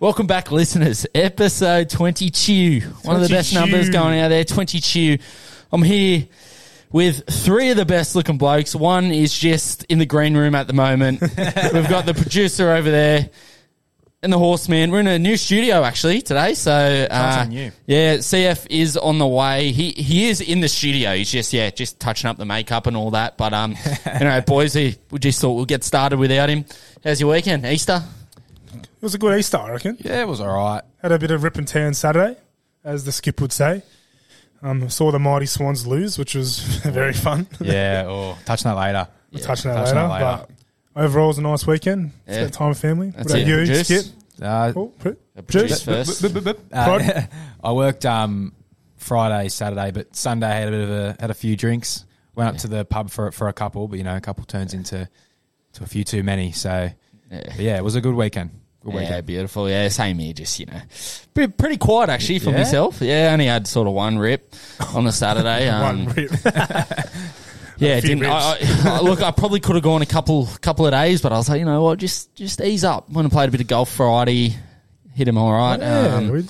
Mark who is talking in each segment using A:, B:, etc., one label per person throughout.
A: Welcome back, listeners. Episode 22. One of the best
B: 22.
A: numbers going out there. 22. I'm here with three of the best looking blokes. One is just in the green room at the moment. We've got the producer over there and the horseman. We're in a new studio actually today. So, uh,
B: new.
A: yeah, CF is on the way. He, he is in the studio. He's just, yeah, just touching up the makeup and all that. But, um, you know, boys, we just thought we'll get started without him. How's your weekend? Easter?
C: It was a good Easter, I reckon.
B: Yeah, it was all right.
C: Had a bit of rip and tan Saturday, as the skip would say. Um, saw the mighty Swans lose, which was very fun.
B: Yeah, or touch that later.
C: We'll touch on that
B: touch
C: later.
B: on that later.
C: But overall, it was a nice weekend.
A: Yeah.
C: Spent time with family.
A: That's
C: what about
A: it.
C: you,
A: Juice?
C: Skip?
B: Uh,
C: Oh, pr-
A: Produce
C: Juice?
A: first.
B: uh, I worked um, Friday, Saturday, but Sunday I had a bit of a had a few drinks. Went up to the pub for for a couple, but you know, a couple turns into to a few too many. So
A: Yeah.
B: but yeah, it was a good weekend. Good
A: Yeah,
B: weekend.
A: beautiful. Yeah, same here. Just you know, pretty, pretty quiet actually for
B: Yeah?
A: myself. Yeah, I only had sort of one rip on the Saturday.
C: One
A: Um,
C: rip.
A: yeah,
C: few
A: didn't. I, I, look, I probably could have gone a couple couple of days, but I was like, you know what, just just ease up. Went and played a bit of golf Friday. Hit him all right.
C: Oh, Yeah,
A: um,
C: we-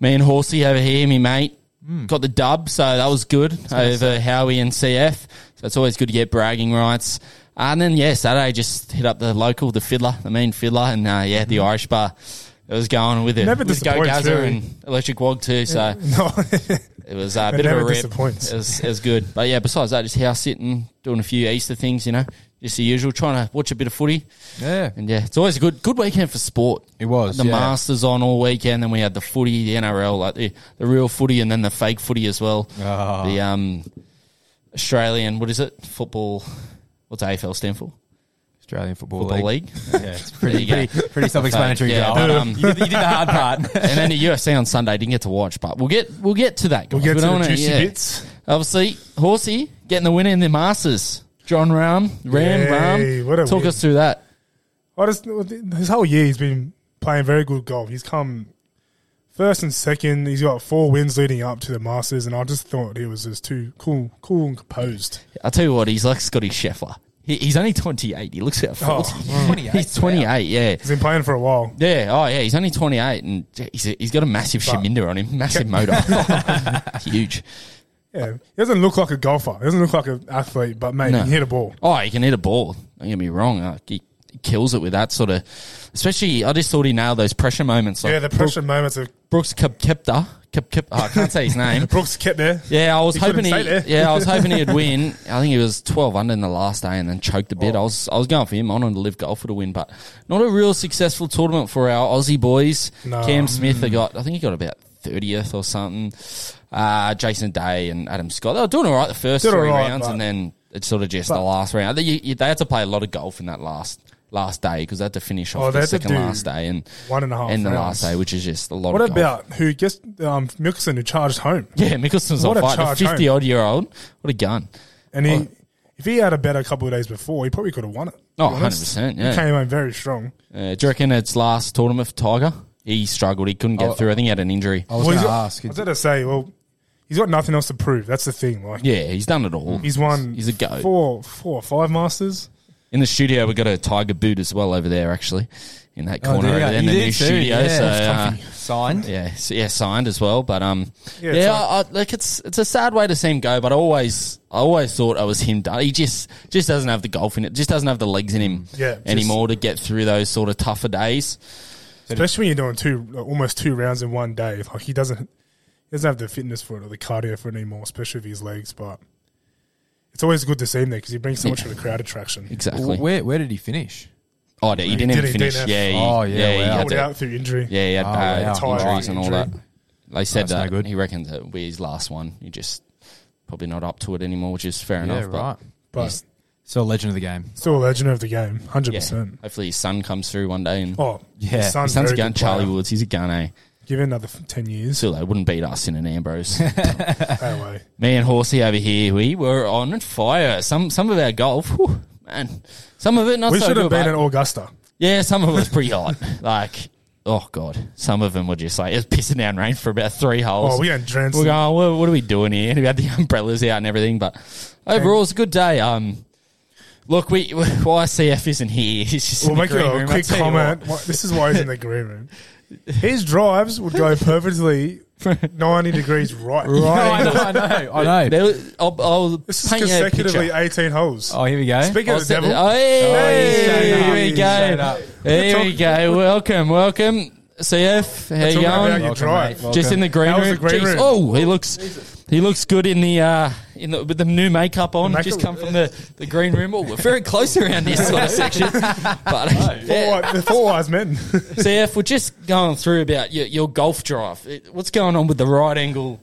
A: me and Horsey over here, me mate,
C: Hmm.
A: got the dub, so that was good over Howie and CF. So it's always good to get bragging rights. And then yeah, Saturday just hit up the local, the fiddler, the main fiddler, and uh, yeah, the Irish bar. It was going with it.
C: Hmm. Never
A: with Go
C: disappoints,
A: Gazza
C: really.
A: and Electric Wog too. So
C: no,
A: it was uh, a
C: It
A: bit of a
C: never
A: rip.
C: disappoints.
A: It was, it was good, but yeah. Besides that, just house sitting, doing a few Easter things, you know, just the usual. Trying to watch a bit of footy,
B: Yeah,
A: and yeah, it's always a good good weekend for sport
B: it was
A: the
B: yeah.
A: Masters on all weekend. Then we had the footy, the NRL, like the, the real footy, and then the fake footy as well.
C: Ah.
B: Oh.
A: The um, Australian, what is it? Football. What's AFL stand for?
B: Australian Football,
A: Football
B: League.
A: League.
B: Yeah, it's pretty
A: There you go.
B: pretty, pretty self-explanatory.
A: Yeah,
B: Joel.
A: but, um,
B: you, did- you did the hard part.
A: and then the UFC on Sunday. Didn't get to watch, but we'll get we'll get to that.
C: we'll
A: guys.
C: get
A: We
C: to
A: don't
C: the
A: wanna-
C: juicy
A: yeah.
C: bits.
A: Obviously, Horsey getting the winner in the Masters. John Rahm, Ram,
C: Yay,
A: Ram.
C: what a
A: Talk
C: win.
A: us through that.
C: I just his whole year he's been playing very good golf. He's come first and second. He's got four wins leading up to the Masters, and I just thought he was just too cool, cool and composed.
A: I'll tell you what, he's like Scotty Scheffler. He, he's only 28. He looks about 40.
C: Oh,
A: he's 28, yeah.
C: He's been playing for a while.
A: Yeah, oh yeah, he's only 28 and he's, he's got a massive Sheminder on him, massive motor. Huge.
C: Yeah, he doesn't look like a golfer. He doesn't look like an athlete, but mate,
A: No.
C: he can hit a ball.
A: Oh, he can hit a ball. Don't get me wrong. uh, he, he kills it with that sort of, especially, I just thought he nailed those pressure moments. Like
C: yeah, the pressure moments of
A: Brooks Kepta. Kep, Kep, oh, I can't say his name.
C: Brooks kept there.
A: Yeah, I was
C: He
A: hoping
C: couldn't
A: he.
C: say that.
A: Yeah, I was hoping he'd win. I think he was twelve under in the last day and then choked a
C: Oh.
A: bit. I was I was going for him. I wanted to live golfer to win, but not a real successful tournament for our Aussie boys.
C: No. Mm.
A: Cam Smith, they got. I think he got about thirtieth or something. Uh, Jason Day and Adam Scott. They were doing all right the first
C: Did all
A: three
C: right,
A: rounds,
C: but-
A: and then it's sort of just the
C: but-
A: last round. They, you, they had to play a lot of golf in that last. Last day because they had to finish off
C: Oh, they
A: the
C: had to
A: second
C: do
A: last day and
C: one and a half
A: and the
C: rounds.
A: last day, which is just a lot.
C: What
A: of golf.
C: about who gets um, Mickelson who charged home?
A: yeah? Mickelson's
C: What
A: on
C: a
A: fire. The
C: charge home.
A: fifty odd year old, what a gun!
C: And he,
A: Oh.
C: if he had a better couple of days before, he probably could have won it. to
A: Oh,
C: be honest.
A: 100%,
C: He
A: yeah.
C: came home very strong.
A: Uh, do you reckon it's last tournament for Tiger? He struggled. He couldn't get
B: Oh.
A: through. I think he had an injury.
B: I was
C: he's
B: going to
C: got-
B: ask.
C: I was going to say, well, he's got nothing else to prove. That's the thing. Like
A: Yeah, he's done it all.
C: he's won.
A: He's a goat.
C: Four, four, or five Masters.
A: In the studio, we got a Tiger boot as well over there, actually, in that corner
B: Oh, there you
A: over
B: go.
A: there in
B: You
A: the
B: did
A: new
B: too,
A: studio.
B: yeah.
A: so.
B: It's
A: uh,
B: comfy. Signed.
A: yeah, s- yeah, signed as well, but um,
C: Yeah,
A: yeah,
C: it's like-
A: I, I, like it's it's a sad way to see him go, but I always I always thought I was him done. He just just doesn't have the golf in it, just doesn't have the legs in him
C: Yeah, just-
A: anymore to get through those sort of tougher days.
C: Especially when you're doing two, like, almost two rounds in one day. Like he doesn't, he doesn't have the fitness for it or the cardio for it anymore, especially with his legs. But it's always good to see him there because he brings so much of the crowd attraction.
A: Exactly.
B: Where where did he finish?
A: Oh, he didn't
C: He
A: even
C: did, he
A: finish.
C: didn't have-
A: yeah, he,
B: Oh, yeah,
A: yeah, he
B: wow.
A: had
C: Pulled
A: to-
C: out through injury.
A: Yeah, he had
B: Oh,
A: bad
B: wow.
A: injuries and all
C: Injury.
A: that. They said
B: That's no
A: that
B: good.
A: he reckons it will be his last one. He just probably not up to it anymore, which is fair enough. but
C: But
A: he's-
B: Still a legend of the game.
C: still a legend of the game, hundred
A: yeah,
C: percent.
A: hopefully his son comes through one day and
C: Oh,
B: Yeah.
C: his son's,
A: his son's a
C: very
A: gun.
C: good
A: Charlie
C: player.
A: Woods, he's a gun, eh?
C: Give it another f- ten years.
A: Still, they wouldn't beat us in an Ambrose.
C: No way.
A: Me and Horsey over here, we were on fire. Some some of our golf, whew, man, some of it not
C: We
A: so
C: should
A: good.
C: have been
A: but-
C: at Augusta.
A: Yeah, some of it was pretty hot. Like, oh god, some of them were just like it was pissing down rain for about three holes.
C: Oh, we had drenched.
A: We're going, what, what are we doing here? We had the umbrellas out and everything, but overall, it's a good day. Um, Look, we why CF isn't here. He's just
C: We'll
A: in the
C: make a
A: green room.
C: little
A: I'll
C: quick
A: tell you
C: comment. Why- This is why he's in the green room. His drives would go perfectly 90 degrees right.
B: No, I know, I know, I
A: what.
B: know.
A: There- I'll, I'll
C: This is
A: paint you a
C: consecutively
A: picture.
C: 18 holes.
B: Oh, here we go.
C: Speaking
A: I'll
C: of the
A: send-
C: devil,
A: Oh, hey,
B: showed up.
A: here we
B: He's showed
A: go.
B: up.
A: There we go. Welcome, welcome. CF, how you
C: talking about how
A: going?
C: you drive.
B: mate.
A: Just in the green
C: How was
A: room.
C: the green
A: Jeez,
C: room?
A: Oh, he looks he looks good in the uh, in the, with the new makeup on.
C: The
A: Just
C: makeup-
A: come from the, the green room. Oh, we're very close around this sort of section. But
C: four,
A: yeah,
C: wi- the four wise men.
A: CF, we're just going through about your, your golf drive. It- What's going on with the right angle?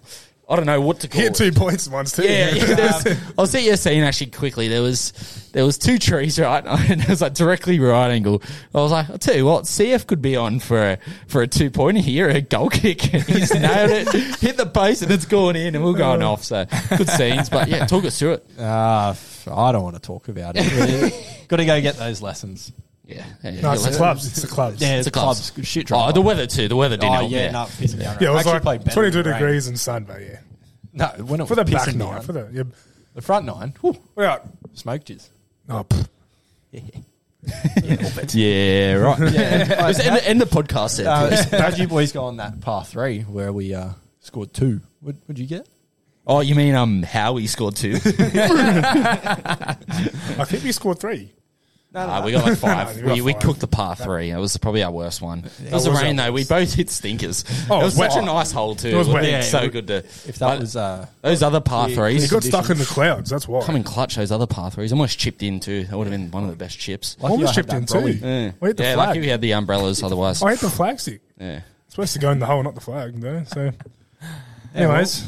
A: I don't know what to call
C: Hit
A: it.
C: two points once too.
A: Yeah, um, yeah there's- I'll see you scene actually quickly. There was there was two trees right, and it was like directly right angle. I was like, I will tell you what, CF could be on for a for a two pointer here, a goal kick. And he's nailed it, hit the post, and it's going in, and we're going off. So good scenes, but yeah, talk us through it.
D: Ah, f- I don't want to talk about it. Got to go get those lessons.
A: Yeah,
C: No,
A: yeah, yeah.
C: it's the clubs. It's the clubs.
D: Yeah,
A: It's
D: it's
A: the
D: the
A: clubs.
D: clubs. Shit, drive.
A: Oh, the weather too. The weather didn't
D: Oh,
A: help.
D: yeah,
A: Yeah,
D: no, it pissed me off.
C: Yeah, it was
D: Actually played
C: like
D: better in
C: 22
D: the rain.
C: degrees and sun, but yeah.
D: No, when it
C: For the
D: was
C: back
D: pissing me
C: nine,
D: off.
C: for the yeah.
D: the front nine. Whew,
C: yeah.
D: smoked yous.
C: Oh, pff.
A: yeah, right. Just end, the, end the podcast there. please.
D: Uh, how'd you boys go on that par three where we uh, scored two? What would you get?
A: oh, you mean um Howie scored two?
C: I think we scored three.
D: No,
A: Uh, we got like five.
C: You
A: we,
C: got
A: we
C: five.
A: cooked the par three. It was probably our worst one. It was the
C: was
A: rain
C: our
A: though. We both hit stinkers.
C: Oh, it
A: it was
C: was
A: such a
C: wet.
A: nice hole too. It
C: It was wet.
A: been
C: Yeah,
A: so
C: it-
A: good to.
D: if that
A: but
D: was uh,
A: those other par
D: Yeah,
C: He
A: threes,
C: got stuck in the clouds. That's why.
A: coming clutch. Those other par threes, almost chipped in too. That would have been one of the best chips.
D: Lucky
C: Almost
D: I had
C: chipped
D: that
C: in
D: brolly.
C: too. I hit the
A: yeah,
C: flag.
A: lucky we had the umbrellas. Otherwise,
C: Oh, I hit the flag stick.
A: yeah,
C: It's supposed to go in the hole, not the flag, though. So,
D: well-
C: anyways,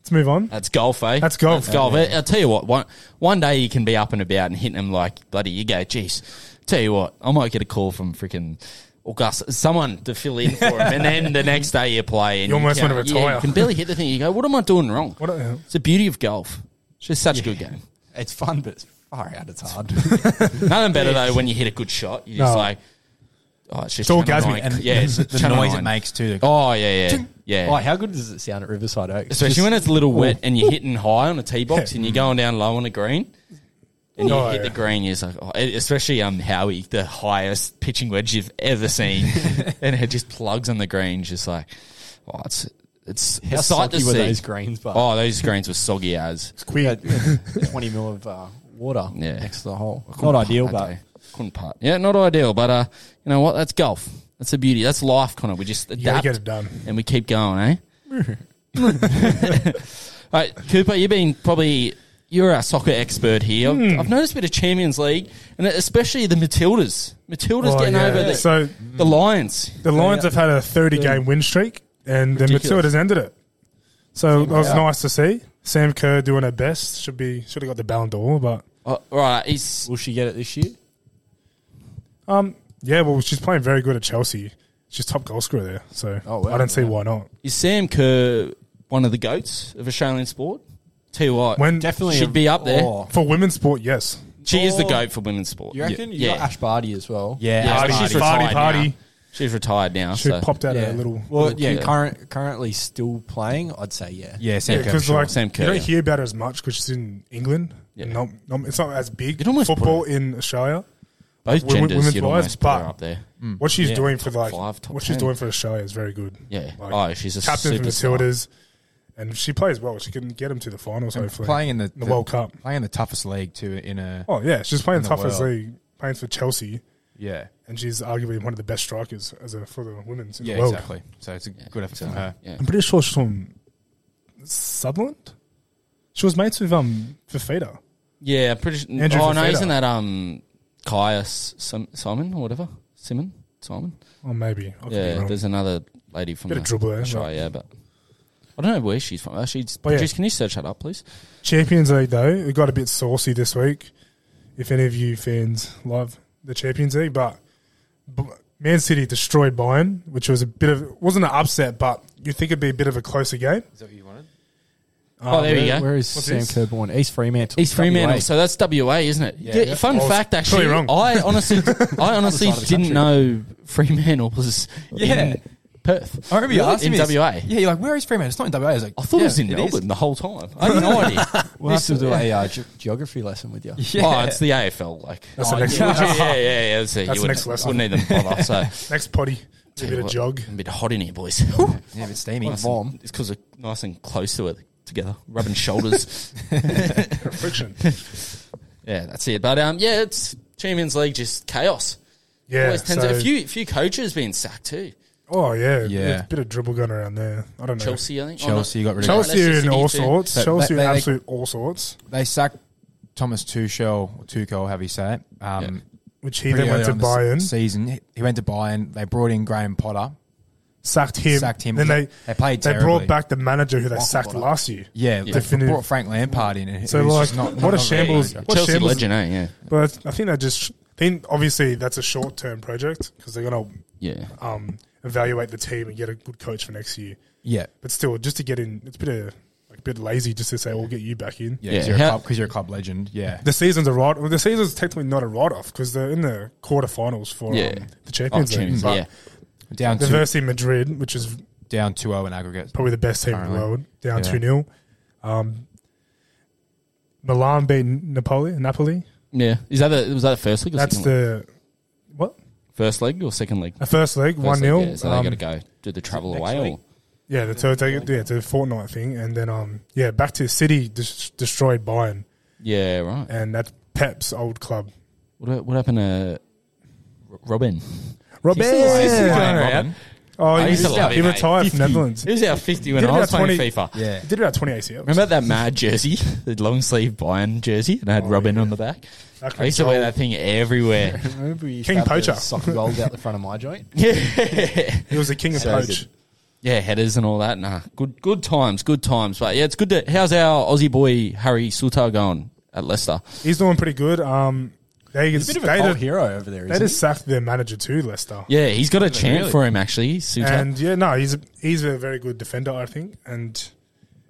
C: let's move on.
A: that's golf, eh?
C: That's golf.
A: That's golf. I- I'll tell you what. One one day you can be up and about and hitting them like bloody. You go, geez. Tell you what, I might get a call from freaking. August, someone to fill in for him, and then the next day you play, and
C: You almost
A: can,
C: wanna
A: Yeah, you
C: retire.
A: can barely hit the thing. You go, what am I doing wrong?
C: What the hell?
A: It's the beauty of golf. It's just such a good game.
D: It's fun, but it's far out. It's hard.
A: Nothing better though when you hit a good shot. You're just
C: No.
A: like, oh, it's just
C: It's all
A: channel
C: gasmic
A: nine.
B: And
A: yeah, it's
B: the
A: channel
B: noise
A: nine.
B: it makes too.
A: Oh yeah, yeah, yeah.
D: oh, how good does it sound at Riverside Oaks?
A: Especially
D: Just-
A: when it's a little wet and you're hitting high on a tee box
C: Yeah.
A: and you're going down low on a green. And you
C: Oh,
A: hit the
C: yeah.
A: green, you're just like, oh, and especially um Howie, the highest pitching wedge you've ever seen, and it just plugs on the green, just like, oh, it's it's
D: how
A: a sight to
D: soggy were
A: see.
D: those greens? But
A: oh, those greens were soggy as.
D: we had twenty mil of uh, water
A: Yeah.
D: next to the hole.
A: couldn't
D: Not
A: putt
D: ideal,
A: that
D: but
A: day. couldn't putt. Yeah, not ideal, but uh, you know what? That's golf. That's the beauty. That's life, Connor. We just
C: You gotta
A: adapt
C: get it done.
A: and we keep going, eh? All right, Cooper, you've been probably you're our soccer expert here. I've-
C: Hmm.
A: I've noticed a bit of Champions League, and especially the Matildas. Matildas
C: Oh,
A: getting
C: yeah.
A: over the,
C: So
A: the Lions.
C: the Lions have had a 30 game win streak, and the
A: Ridiculous.
C: Matildas ended it. So that was
D: out.
C: nice to see. Sam Kerr doing her best. Should be should have got the Ballon d'Or, but
A: Oh, right, he's
D: will she get it this year?
C: um, yeah. Well, she's playing very good at Chelsea. She's top goal scorer there, so
D: Oh, wow,
C: I don't see
D: wow.
C: why not.
A: is Sam Kerr one of the goats of Australian sport? Tell you what,
C: When
D: Definitely
A: She'd be up there.
D: Oh,
C: for women's sport, yes,
A: she is the
D: Oh.
A: goat for women's sport.
D: you reckon?
A: Yeah.
D: You got Ash Barty as well.
B: Yeah,
A: Yeah,
B: Ash
A: Barty.
B: Barty.
A: She's
C: party
A: retired
C: party.
A: now. She's retired now.
C: She
A: so.
C: popped out
D: Yeah.
C: a little.
D: Well,
A: little
D: yeah,
A: kid.
D: current currently still playing. I'd say yeah.
B: Yeah, Sam Kerr,
C: because
B: sure.
C: like
A: Sam Kerr,
C: you don't
A: yeah.
C: hear about her as much because she's in England.
A: Yeah.
C: and Not, not, it's not as big.
A: You'd almost put
C: Football in Australia.
A: Both
C: Women-
A: genders,
C: women's
A: you'd
C: wise,
A: almost put her
C: but-
A: up there.
C: What she's
D: Yeah,
C: doing for like
A: Mm. five, top
C: what she's
A: 10.
C: doing for Australia is very good.
A: Yeah.
C: Like,
A: oh, she's a
C: captain for
A: superstar.
C: Matildas, and if she plays well. She can get them to the finals.
B: And
C: hopefully,
B: playing in the,
C: the World Cup.
B: playing in the toughest league too. In a
C: Oh yeah, she's playing
B: in the
C: toughest
B: world.
C: league, playing for Chelsea,
B: yeah,
C: and she's arguably one of the best strikers as a, for the women's in
B: yeah,
C: the world.
B: exactly. So it's a good effort from her.
A: Yeah.
C: I'm pretty sure she's from Sutherland. She was mates with um Fafita.
A: Yeah, pretty. Sure.
C: Andrew
A: oh no,
C: Fafita.
A: isn't that um Caius Sim- Simon or whatever Simon Simon?
C: Oh, maybe. I could be
A: yeah,
C: wrong.
A: there's another lady from
C: Bit
A: the
C: of dribbler, isn't
A: Australia, yeah, but I don't know where she's from. Uh, She's
C: But yeah.
A: produce- Can you search that up, please?
C: Champions League though, it got a bit saucy this week. If any of you fans love the Champions League, but, but Man City destroyed Bayern, which was a bit of wasn't an upset, but you think it'd be a bit of a closer game.
B: Is that what you wanted?
A: oh, there you
D: Where-
A: go.
D: Where is
C: What's
D: Sam
C: this?
D: Kerr born? East Fremantle.
A: He's Fremantle,
D: WA.
A: so that's WA, isn't it?
D: Yeah.
A: Yeah, Fun
C: I was
A: fact, actually,
C: totally wrong.
A: I honestly, I honestly
D: side of the
A: didn't know Fremantle was
D: Yeah.
A: in Perth.
B: I remember you
A: Really?
B: asking me
A: in
B: this.
A: WA.
B: Yeah, you're like, where is Fremantle? It's not in WA. I was like,
A: I thought it was
B: "Yeah,
A: in
B: is."
A: Melbourne the whole time. I had no idea.
D: We'll have to
A: This-
D: do a uh, ge- geography lesson with you.
B: Yeah.
A: Oh, it's the AFL. Like
C: That's
A: Oh,
C: the next
A: yeah,
C: lesson.
A: yeah, yeah, yeah. That's, it.
C: That's
A: you
C: the next lesson.
A: Wouldn't even bother. So
C: Next potty, do a bit of jog.
A: A bit hot in here, boys.
B: Yeah, a bit steamy.
D: Nice. Vom.
A: It's because we're nice and close to it together, rubbing shoulders.
C: Friction.
A: yeah, that's it. But um, yeah, it's Champions League just chaos.
C: Yeah.
A: Always tends
C: so-
A: a few few coaches being sacked too.
C: Oh yeah,
B: Yeah.
C: A bit of dribble going around there. I don't know.
A: Chelsea, I think. Oh, no.
B: Chelsea got rid of
C: Chelsea
A: Yeah,
C: are
A: Leicester
C: in
A: City
C: all
A: too.
C: sorts.
B: So
C: Chelsea
B: they-
C: are in
B: they-
C: absolute all sorts.
B: They sacked Thomas Tuchel, or Tuchel, however you say it. Um,
C: Which he
B: pretty
C: then went
B: early
C: to
B: on
C: Bayern,
B: this season. He- He went to Bayern. They brought in Graham Potter,
C: sacked him.
B: sacked him.
C: Then they
B: they played.
C: they
B: terribly.
C: brought back the manager who they sacked
D: Walker.
C: last year.
B: Yeah,
A: Yeah.
B: they
C: Definitive.
B: brought Frank Lampard in. And
C: So,
B: it was
C: like,
B: just not,
C: what a
B: not
A: Yeah,
C: shambles.
A: yeah.
C: What
A: Chelsea
C: shambles-
A: legend, eh? Yeah,
C: But I think they just. I think obviously that's a short term project because they're gonna
A: yeah.
C: um, evaluate the team and get a good coach for next year.
B: Yeah,
C: But still, just to get in, it's a bit of like a bit lazy just to say we'll get you back in.
A: Yeah,
B: yeah, because you're,
A: how-
B: a club- 'cause you're a club legend. Yeah,
C: The season's a write. Well, the season's technically not a write-off because they're in the quarterfinals for
A: Yeah.
C: um, the
A: Oh,
C: Champions League.
A: Champions,
C: But
A: yeah.
B: down
C: they're
B: two,
C: versing Madrid, which is
B: down two zero in aggregate.
C: probably the best team in
B: Currently.
C: the world, down
B: Yeah.
C: two 0 um, Milan beat Napoli. Napoli.
A: Yeah. Is that the was that the first league? Or
C: That's
A: second
C: the
A: league?
C: what
A: first leg or second league?
C: the first leg
A: First
C: one um,
A: league,
C: 0
A: Yeah, so they got to go do the travel
B: next
A: away. Or,
B: week?
C: Yeah, the, so they, yeah, it's a fortnight thing, and then um, yeah, back to City dis- destroyed Bayern,
A: yeah, right.
C: and that's Pep's old club.
A: What, what happened to R- Robin?
C: Robin,
A: still playing,
C: oh,
A: Robin? I
C: he,
A: used to love
C: he
A: him, mate.
C: retired from Netherlands.
A: It was our fifty when
C: Did
A: I
C: about
A: was playing
C: 20
A: FIFA.
B: Yeah,
C: He did about twenty ACLs.
A: Remember that mad jersey, the long sleeve Bayern jersey, and it had
C: Oh,
A: Robin
C: yeah.
A: on the back.
C: That
A: I used to wear that thing everywhere.
D: Remember we used
C: King
D: to have
C: poacher.
D: the soccer goals out the front of my joint.
A: yeah,
C: He was the king of
D: So
C: poach.
A: yeah, headers and all that. Nah, good, good times, good times. But yeah, it's good to. How's our Aussie boy Harry Sutar going at Leicester?
C: He's doing pretty good. Um, they
D: He's a bit of
C: they
D: a cult
C: just,
D: hero over there.
C: they
D: Isn't
C: just sacked their manager too, Leicester.
A: Yeah, he's got a chant
B: Really?
A: for him actually. Sutar.
C: And yeah, no, he's he's a very good defender, I think, and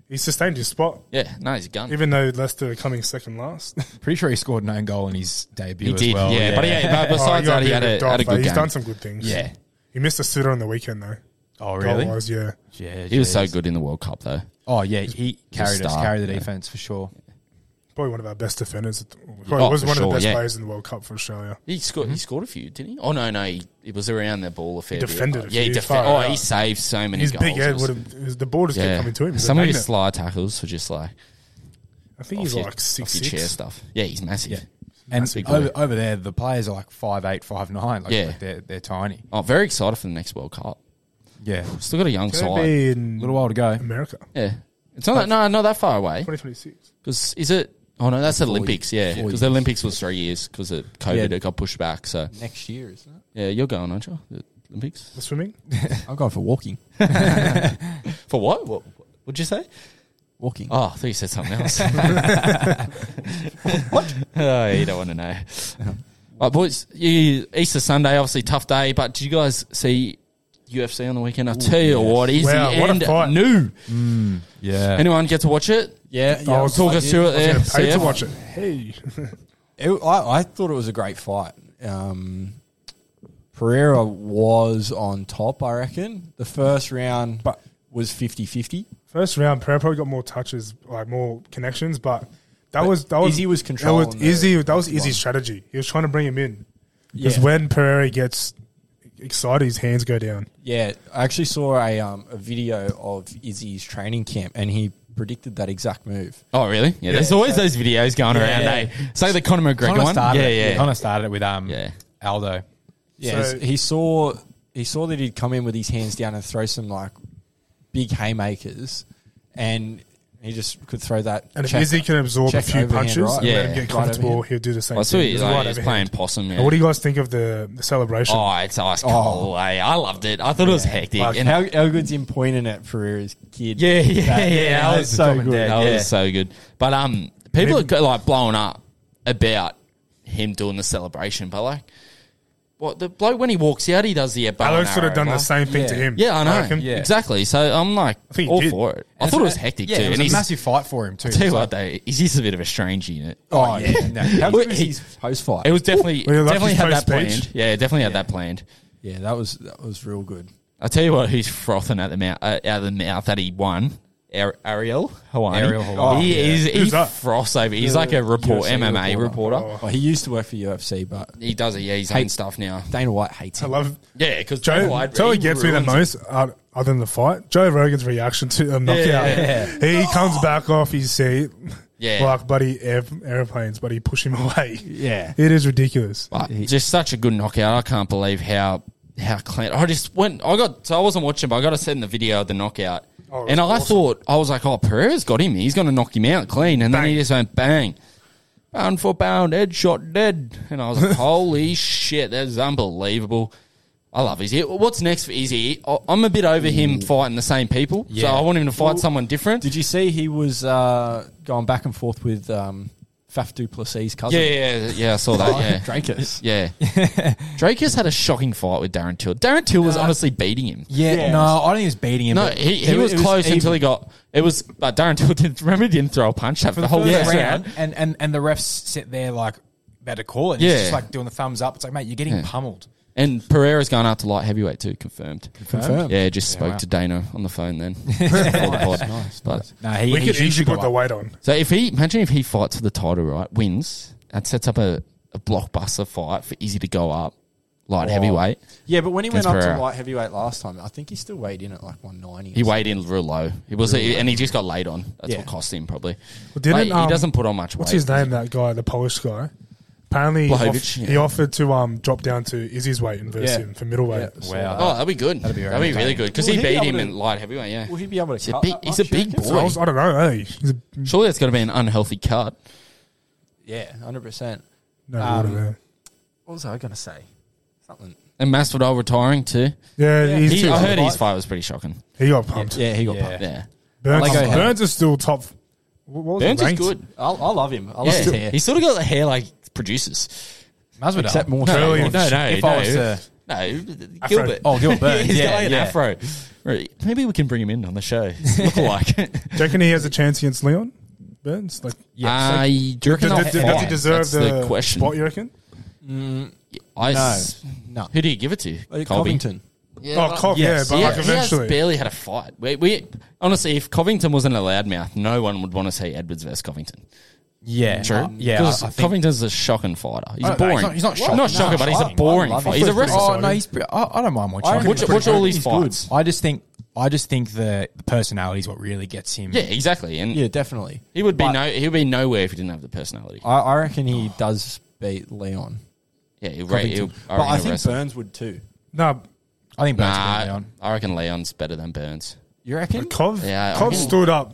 C: he sustained his spot,
A: yeah, no, he's a gun.
C: even though Leicester are coming second last.
B: pretty sure he scored an own goal in his debut.
A: He did,
B: as well.
A: yeah, but he, but
C: Oh,
A: besides
C: got
A: that, he
C: bit
A: had a,
C: ripped off,
A: had a
C: but
A: good
C: He's
A: game.
C: done some good things.
A: yeah,
C: he missed a sitter on the weekend though.
B: Oh really?
C: Goal-wise, yeah.
B: Yeah,
A: he was so
B: jeez.
A: good in the World Cup though.
B: Oh yeah, he carried us,
A: star,
B: carried the
A: yeah.
B: defense for sure.
C: Probably one of our best defenders. at the- Probably
A: Oh,
C: was
A: for
C: one of
A: sure,
C: the best
A: yeah.
C: players in the World Cup for Australia.
A: He scored. He scored a few, didn't he? Oh no, no, he, it was around the ball a fair
C: Mm-hmm. He
A: bit.
C: defended a
A: yeah, he
C: few,
A: defended.
C: far
A: Oh,
C: out.
A: he saved so many
C: His
A: goals.
C: big head
A: It was-
C: would have. The ball just kept coming to him. He's a
A: Some of his
C: magnet.
A: sly tackles were just like
C: I think he's
A: off your-
C: like
A: off
C: six
A: your chair
C: six.
A: stuff. Yeah, he's massive.
B: Yeah. And
A: Massive
B: over,
A: boy.
B: over there, the players are like five eight, five nine. Like,
A: Yeah.
B: like they're they're tiny.
A: Oh, very excited for the next World Cup.
B: Yeah,
A: Still got a young
C: It's gonna
A: side.
C: be in
B: a little while to go.
C: America,
A: yeah, it's not that, no, not that far away.
C: twenty twenty six.
A: Because is it? Oh no, that's the Olympics. Yeah,
D: four
A: because the Olympics was three years because of COVID. It got pushed back. So
D: it? Next year, isn't it?
A: yeah, you're going, aren't you? The Olympics
C: The swimming.
D: I'm going for walking.
A: for what? What? What'd you say?
D: Walking.
A: Oh, I thought you said something else. what? Oh, you don't want to know. Right, boys, you, Easter Sunday, obviously tough day, but did you guys see UFC on the weekend? I tell you what, it is
C: Wow,
A: the
C: what a
A: end
C: fight.
A: new.
B: Yeah,
A: Anyone get to watch it?
D: yeah, yeah.
C: I
A: I'll
C: was-
A: talk us through it there.
C: Yeah, paid to
A: CF.
C: watch it. Hey,
D: It, I, I thought it was a great fight. Um, Pereira was on top, I reckon. The first round
C: But-
D: was 50-50.
C: first round, Pereira probably got more touches, like more connections, but that was that was
D: Izzy was
C: that was
D: controlling the-
C: Izzy. That was Izzy's
D: one.
C: strategy. He was trying to bring him in
D: Yeah,
C: because when Pereira gets excited, his hands go down.
D: yeah. I actually saw a um, a video of Izzy's training camp, and he predicted that exact move.
A: Oh, really? Yeah, there's always those videos going around,
D: Yeah.
A: eh? Say the Conor McGregor
B: Connor
A: one.
B: started.
A: Yeah,
B: it.
A: yeah.
B: Connor started it with um
A: Yeah.
B: Aldo.
D: Yeah,
C: So-
D: he saw he saw that he'd come in with his hands down and throw some like big haymakers, and he just could throw that.
C: And if
D: check-
C: Izzy can absorb a
D: check
C: few
D: overhand
C: punches,
D: right.
C: and
A: Yeah.
C: let him
A: Right
C: get comfortable,
D: overhand.
C: he'll do the same.
A: I saw
C: thing.
A: he,
C: He's a
A: like,
C: right
A: he was playing
C: overhand.
A: possum.
C: And What do
A: Yeah.
C: you guys think of the, the celebration?
A: Oh, it's ice cold. eh? I loved it. I thought it was hectic.
D: Like,
A: And-
D: how, how good's him pointing at Pereira's kid?
A: Yeah, yeah,
D: That-
A: yeah.
D: that was so good.
A: That
D: Yeah.
A: was so good. But um, people are go- like blowing up about him doing the celebration. But like, what the bloke when he walks out, he does the bow
C: Alex
A: and
C: would have
A: arrow,
C: done the
A: like-
C: same thing
D: Yeah.
C: to him.
A: Yeah, I know.
C: reckon.
B: Yeah.
A: Exactly. So I'm like
C: think he
A: all
C: did.
A: for it. I thought it was hectic
B: yeah,
A: too.
B: It was
A: and
B: a
A: he's,
B: massive fight for him too.
A: tell you
B: It's
A: what, though, he's just a bit of a strange unit.
D: Oh, yeah. No. How
A: Well,
D: good was
A: he-
D: his post fight?
A: It was definitely
C: Well, you like
A: definitely
C: his
A: had that
C: post-page?
A: planned. Yeah, definitely had that planned.
D: yeah, that was that was real good.
A: I tell you what, who's frothing at the mouth, uh, out of the mouth that he won. Ar- Ariel Hawani.
B: Ariel Helwani,
A: He is he
C: Oh, Who's that? Oh.
A: froths over. He's like a report
D: UFC
A: MMA reporter.
D: reporter. Well, he used to work for UFC, but
A: He does it. Yeah, he's own stuff now.
D: Dana White hates
C: I
D: him.
C: love
A: Yeah, because
C: Joe. Joe gets me the most uh, other than the fight. Joe Rogan's reaction to a knockout.
A: Yeah.
C: He comes back off his seat
A: Yeah.
C: like bloody air, airplanes, but he push him away.
B: Yeah.
C: It is ridiculous.
A: But just such a good knockout. I can't believe how how clean. I just went. I got. So I wasn't watching, but I got to send the video of the knockout.
C: Oh, it
A: and I
C: was awesome.
A: thought I was like, oh, Pereira's got him. He's going to knock him out clean. And then he
C: Bang.
A: just went bang, pound for pound, head shot dead. And I was like, holy shit, that's unbelievable. I love Izzy. What's next for Izzy? I- I'm a bit over him fighting the same people, so
B: Yeah.
A: I want him to fight
D: Well,
A: someone different.
D: Did you see he was uh, going back and forth with um, Faf du Plessis' cousin?
A: yeah, yeah, yeah, yeah. I saw
B: Oh,
A: that. Yeah,
D: Drakus.
A: Yeah. Drake has had a shocking fight with Darren Till. Darren Till was honestly beating him.
B: Uh, Yeah,
D: Yeah.
B: no, I think he was beating him.
A: No,
B: but
A: he,
B: it
A: he was
B: it
A: close
B: even
A: until he got. It was. But Darren Till didn't. Remember, he didn't throw a punch that for the whole
B: first
A: first round.
B: round, and, and and the refs sit there like about to call it. And
A: Yeah.
B: he's just like doing the thumbs up. It's like, mate, you're getting
A: Yeah.
B: pummeled.
A: And Pereira's gone up to light heavyweight too, confirmed.
D: Confirmed.
A: Yeah, just spoke
B: wow.
A: to Dana on the phone then. Before the pod. But-
B: No, he,
C: We
B: he
C: could
B: should
C: easily
B: go
C: put the
B: up.
C: weight on.
A: So if he imagine if he fights for the title, right, wins, that sets up a, a blockbuster fight for Izzy to go up light heavyweight.
D: Yeah, but when he
A: Against
D: went up
A: Pereira.
D: to light heavyweight last time, I think he still weighed in at like 190. or
A: He
D: something.
A: weighed in real low. He was, and he just got laid on. That's
D: Yeah.
A: what cost him probably.
C: Well, didn't,
A: Like, he
C: um,
A: doesn't put on much weight.
C: What's his name? That guy, the Polish guy. Apparently, he,
A: Blahovic,
C: off-
A: yeah.
C: he offered to um, drop down to Izzy's weight and verse
D: Yeah.
C: him for middleweight.
D: Yeah.
B: Wow.
A: Oh, that'd be good. That'd be,
B: very
A: really good because
D: Will
A: he
D: he be
A: beat
D: able
A: him
D: to-
A: in light heavyweight. Yeah,
D: Oh, Will he be able to
A: He's a
D: cut
A: big,
D: that
A: he's a
D: much, you
A: big
D: reckon?
A: boy.
C: So I, was, I don't know. Hey, he's a,
A: Surely that's got to be an unhealthy cut.
D: Yeah, 100%.
C: no,
D: Um,
C: whatever.
D: What was I going to say? Something.
A: And Masvidal retiring too.
C: Yeah, he's
A: He,
C: too-
A: I heard
D: fight.
A: his fight was pretty shocking.
C: he got pumped.
D: Yeah, he got
B: Yeah.
D: pumped.
A: Yeah,
C: Burns,
D: Like I had-
C: Burns is still top. What what was
A: Burns
C: it
A: is
C: ranked?
A: good.
D: I, I love him. I love his
A: Yeah,
D: hair.
A: he's sort of got the hair like producers.
B: Masvidal.
D: Except more
A: No,
C: Curly
A: no,
C: and-
A: no, no.
B: if I was to-
A: no,
C: Afro.
A: uh, Gilbert.
B: Oh, Gilbert.
A: He's
B: yeah,
A: got like an
B: yeah.
A: afro. Right, Maybe we can bring him in on the show. Look alike.
C: Do you reckon he has a chance against Leon Burns? Like,
A: Uh, do you
C: does,
A: reckon they'll
C: does- does he
A: fight?
C: deserve
A: That's the,
C: the,
A: question?
C: spot? You reckon?
A: I
D: No.
A: s-
D: No.
A: Who do you give it to? Colby?
D: Like Covington.
A: Yeah,
C: oh, Cov,
B: yes.
C: yeah, but
A: Yeah,
C: like eventually,
A: he has barely had a fight. We, we honestly, if Covington wasn't a loudmouth, no one would want to see Edwards versus Covington.
B: Yeah. uh,
D: Uh,
A: True,
B: yeah. I, I
A: Because
B: think,
A: Covington's a shocking fighter.
D: Oh,
A: He's
B: I don't know,
A: boring.
B: he's not- he's not shocking.
A: Not shocking, but he's
D: I-
A: a
D: I
A: boring
D: love him.
A: fighter. He's a
C: He's
A: wrestler.
B: Oh
C: exciting.
B: no, he's. pre- I, I don't mind
D: I
B: watching.
D: reckon
B: him.
A: Watch,
D: he's
A: watch
D: pretty
A: all
D: good.
A: these
D: He's good.
A: fights.
B: I just think. I just think the personality is what really gets him.
A: Yeah, exactly. And
D: Yeah, definitely.
A: he would be
D: But- Uh,
A: no, he would be nowhere if he didn't have the personality.
D: I, I reckon he does beat Leon.
A: Yeah, he'll, re- he'll, I reckon
D: but I
A: he'll
D: think
A: wrestle.
D: Burns would too.
C: no.
B: I think Burns nah.
A: Nah,
B: Leon.
A: I reckon Leon's better than Burns.
D: You reckon?
C: Cov,
A: Yeah, I
C: Cov
A: think-
C: stood up,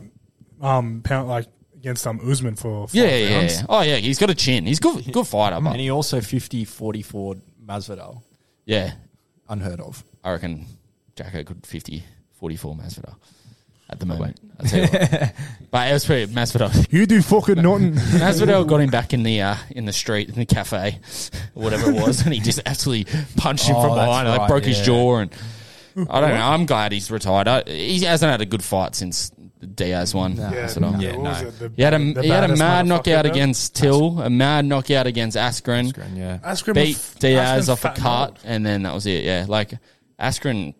C: um, pound like against um Usman for five
A: Yeah, yeah,
C: rounds.
A: yeah. Oh yeah, he's got a chin. He's good, good fighter. But
D: And he also 50 44 Masvidal.
A: yeah,
D: Unheard of.
A: I reckon Jacko could 50, 44 Masvidal at the moment. I tell you what. but it was pretty Masvidal.
C: You do fucking nothing.
A: Masvidal got him back in the uh, in the street in the cafe, or whatever it was, and he just absolutely punched him
B: Oh,
A: from
B: that's
A: behind, and like
B: right,
A: broke his
B: yeah.
A: jaw. And I don't know. I'm glad he's retired. I, he hasn't had a good fight since the Diaz one.
C: yeah,
A: Masvidal.
C: no,
B: Yeah,
C: what was
B: no.
C: it? The-
A: He had a
C: the
A: he had a
C: baddest
A: mad
C: motherfucker
A: knockout
C: there?
A: against Till, a mad knockout against Askren,
B: Yeah.
C: Askren
A: beat
C: was-
A: Diaz
C: Askren
A: off a
C: fat and
A: cart,
C: old.
A: and then that was it. Yeah, like Askren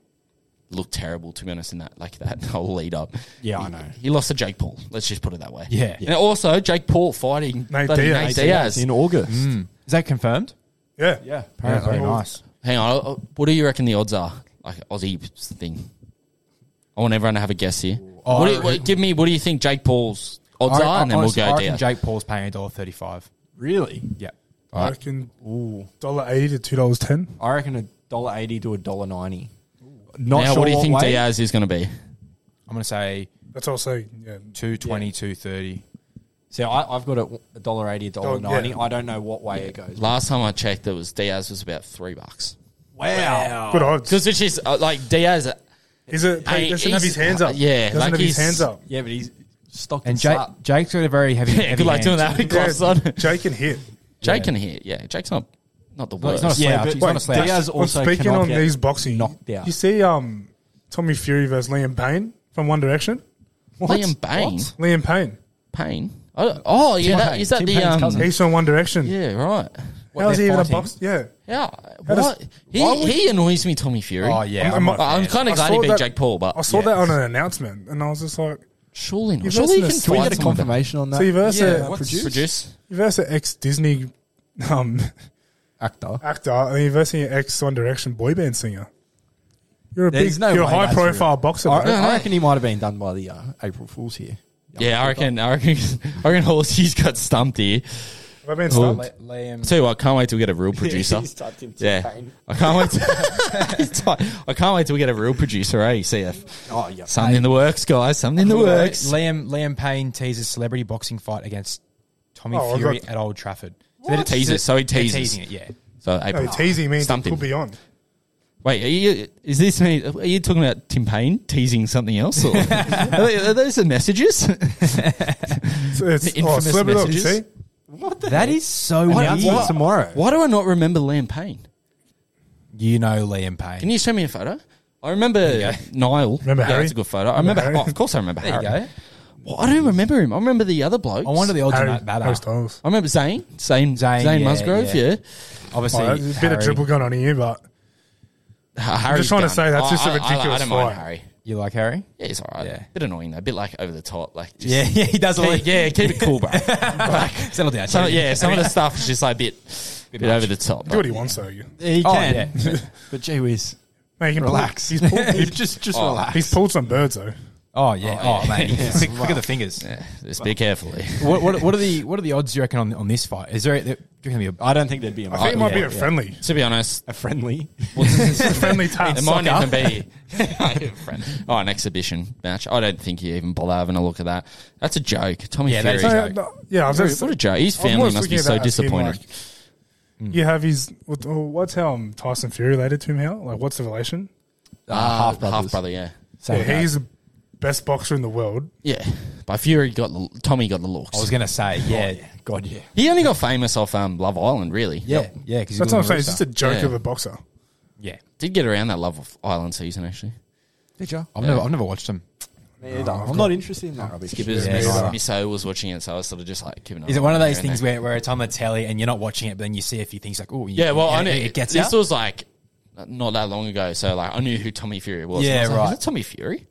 A: looked terrible to be honest in that like that whole lead up.
D: Yeah,
A: he,
D: I know.
A: He lost to Jake Paul. Let's just put it that way.
B: Yeah.
A: And also Jake Paul fighting
C: Nate
A: bloody
C: Diaz.
A: Nate Diaz.
D: In August.
A: Hmm.
B: Is that confirmed?
C: Yeah,
D: Yeah,
B: Apparently,
D: apparently.
B: nice.
A: Hang on, uh, what do you reckon the odds are? Like Aussie thing. I want everyone to have a guess here.
B: Oh,
A: what do
B: I
A: you, what- give me what do you think Jake Paul's odds
B: I-
A: are,
B: I-
A: and then
B: honestly,
A: we'll go
B: I reckon
A: down.
B: Jake Paul's paying a dollar thirty-five.
D: Really?
B: Yeah.
C: I reckon dollar eighty to two dollars ten.
D: I reckon a dollar eighty to a dollar ninety. Not
A: now,
D: sure
A: what do you think
D: way.
A: Diaz is going to be?
B: I'm gonna say
C: That's all saying. Yeah,
B: two twenty, two thirty.
D: See, I, I've got a a dollar eighty, a
A: Oh,
D: dollar
C: yeah.
D: ninety. I don't know what way it goes.
A: Last time I checked, it was Diaz was about three bucks.
D: Wow.
C: good odds.
A: Because it's just uh, like Diaz.
C: Is it?
A: Oh, Hey,
C: he doesn't have his
A: he's-
C: hands up.
A: yeah,
C: doesn't
A: like
C: have his
A: he's-
C: hands up.
D: Yeah, but he's stocked
B: And
D: and
B: Jake,
D: sharp.
B: Jake's got a very heavy.
A: Yeah,
B: heavy
A: good luck doing
B: hand.
A: that. Cross
C: Yeah,
A: on.
C: Jake can hit.
A: Jake can hit. Yeah, Jake's not not the
B: No, he's
A: worst.
B: not a slouch.
D: but-
B: he's not a
D: wait,
B: slouch.
D: Diaz
C: Well,
D: also
C: speaking
D: cannot
C: on
D: get
C: these boxing,
D: knocked out.
C: you see um, Tommy Fury versus Liam Payne from One Direction.
A: Liam Payne.
D: What?
C: Liam Payne,
A: Payne. I don't- Oh yeah, that, is that
D: Tim
A: the
D: Payne's
A: um?
D: cousin.
C: he's from One Direction.
A: Yeah, right.
C: How is
B: they're
C: he even a
B: fighting?
C: bobs? Yeah.
A: Yeah,
C: How does-
A: what? he
C: why would-
A: he annoys me, Tommy Fury.
B: Oh yeah,
C: I'm-
B: I'm,
C: I'm-
B: not a
A: I'm
B: fan.
A: kind
C: I
A: of glad he
C: saw
A: beat
C: that-
A: Jake Paul, but
C: I saw
B: Yeah.
C: that on an announcement, and I was just like,
A: surely not.
C: You've
A: Surely he
C: listened to-
A: can fight
C: Can we
D: get a
A: someone that-
D: confirmation on
C: so
D: that
C: you verse
B: Yeah,
C: a
B: what's-
A: Produce?
C: you verse an ex Disney um,
D: actor?
C: actor, and you verse an ex One Direction boy band singer. You're a
D: There's
C: big,
D: no
C: you're a
D: way
C: high
D: that's
C: profile boxer.
D: I,
C: bro.
A: no.
D: I reckon he might have been done by the uh, April Fools here.
A: Yeah, I reckon. I reckon. I reckon Horsey's got stumped here.
C: Have I been
D: Oh.
C: stumped?
B: La- Liam,
A: Tell you what, I can't wait till we get a real producer. yeah, I can't wait. To, He's tight. I can't wait till we get a real producer. Eh, CF.
D: Oh yeah.
A: Something in the works, guys. Something in the works.
B: Liam Liam Payne teases celebrity boxing fight against Tommy
C: Oh, I
B: Fury
C: got-
B: at Old Trafford.
A: What? Teases, so he
B: they're
A: teases.
B: teasing it, yeah.
A: So
C: No,
A: April.
C: it's easy means it
A: Stumped him.
C: could be on.
A: Wait, are you, is this me? Are you talking about Tim Payne teasing something else? Or? are, they- are those the messages?
C: It's, it's
A: The
C: oh,
A: infamous
C: celebrity look, you see?
A: messages.
B: That is so
D: Announcement
B: weird.
D: tomorrow.
A: Why do I not remember Liam Payne?
B: You know Liam Payne.
A: Can you show me a photo? I remember Niall.
C: Remember
A: yeah,
C: Harry?
A: That's a good photo. I
C: Remember
A: remember.
C: Harry?
A: oh, of course, I remember
B: there you
A: Harry.
B: go.
A: Well, I don't remember him. I remember the other blokes.
B: I wonder the odds on
C: Harry,
B: that
C: Harry
B: matter.
C: Styles.
A: I remember Zane, Zane,
B: Zane,
A: Zane,
B: yeah,
A: Musgrove.
B: yeah.
A: Yeah,
B: Obviously,
C: Oh, there's a bit of
B: Harry,
C: dribble going on here, but
A: Harry's
C: just trying to
A: done.
C: say that's
A: I-
C: just a
A: I- I- I,
C: ridiculous
A: don't mind
C: fight.
A: Harry.
B: You like Harry?
A: Yeah, he's all right.
B: Yeah.
A: Bit annoying though. Bit like over the top. Like just,
B: Yeah, yeah, he does. all
A: Keep-
B: that.
A: yeah, keep it cool, bro.
B: settle down.
A: Some,
B: Terry.
A: yeah, some of the stuff is just like a bit, bit, over the top.
C: do what
A: but-
C: he wants, though. You,
D: He
B: Oh,
D: can.
B: yeah.
D: But gee whiz,
C: no, you can pull-
D: relax.
C: he's, pulled, he's,
D: just just
A: Oh.
D: relax.
C: he's pulled some birds, though.
B: Oh yeah.
A: Oh,
B: Oh,
A: yeah.
B: man, Look, look at the fingers.
A: Yeah, just be careful. here.
B: What, what, what are the what are the odds you reckon on, on this fight? Is there, there do you reckon there'll be
D: I don't think there'd be a,
C: I think it
D: market.
C: might be
B: Uh, yeah,
C: a
B: yeah.
C: friendly.
A: to be honest,
D: a friendly.
C: It's a friendly task.
A: it might even be oh an exhibition match. I don't think you even bother having a look at that. That's a joke, Tommy
B: Yeah, that
A: Fury.
B: is
C: No, no, yeah, I was
A: What a-
C: just,
A: what a joke! His
C: I was
A: family
C: almost
A: must be
C: looking at
A: so
C: that as him,
A: disappointed.
C: like, You have his what- oh, what's how um, Tyson Fury related to him? How like what's the relation?
B: Ah,
A: Uh,
D: half brothers.
A: half brother, yeah,
D: Same
C: yeah, he's the best boxer in the world.
A: yeah. But Fury got the, Tommy got the looks.
B: I was gonna say yeah,
D: God, yeah.
A: he only got famous off um, Love Island, really.
B: yeah, yeah. Because
C: That's what I'm saying. It's just a joke
A: Yeah.
C: of a boxer.
B: yeah.
A: did get around that Love Island season actually.
D: Did you?
B: I've never I've never watched him.
D: I'm not interested in that rubbish.
A: Skippers,
B: Yeah,
A: Miss,
B: yeah.
A: Miss O was watching it, so I was sort of just like keeping. an
B: Is
A: eye
B: it one of
A: on
B: those
A: her
B: things
A: and that.
B: where, where it's on the telly and you're not watching it, but then you see a few things like oh
A: Yeah, well, I
B: and
A: knew,
B: it, it gets
A: this
B: out.
A: was like not that long ago, so like I knew who Tommy Fury was.
B: Yeah,
A: And I was like,
B: right.
A: Is that Tommy Fury?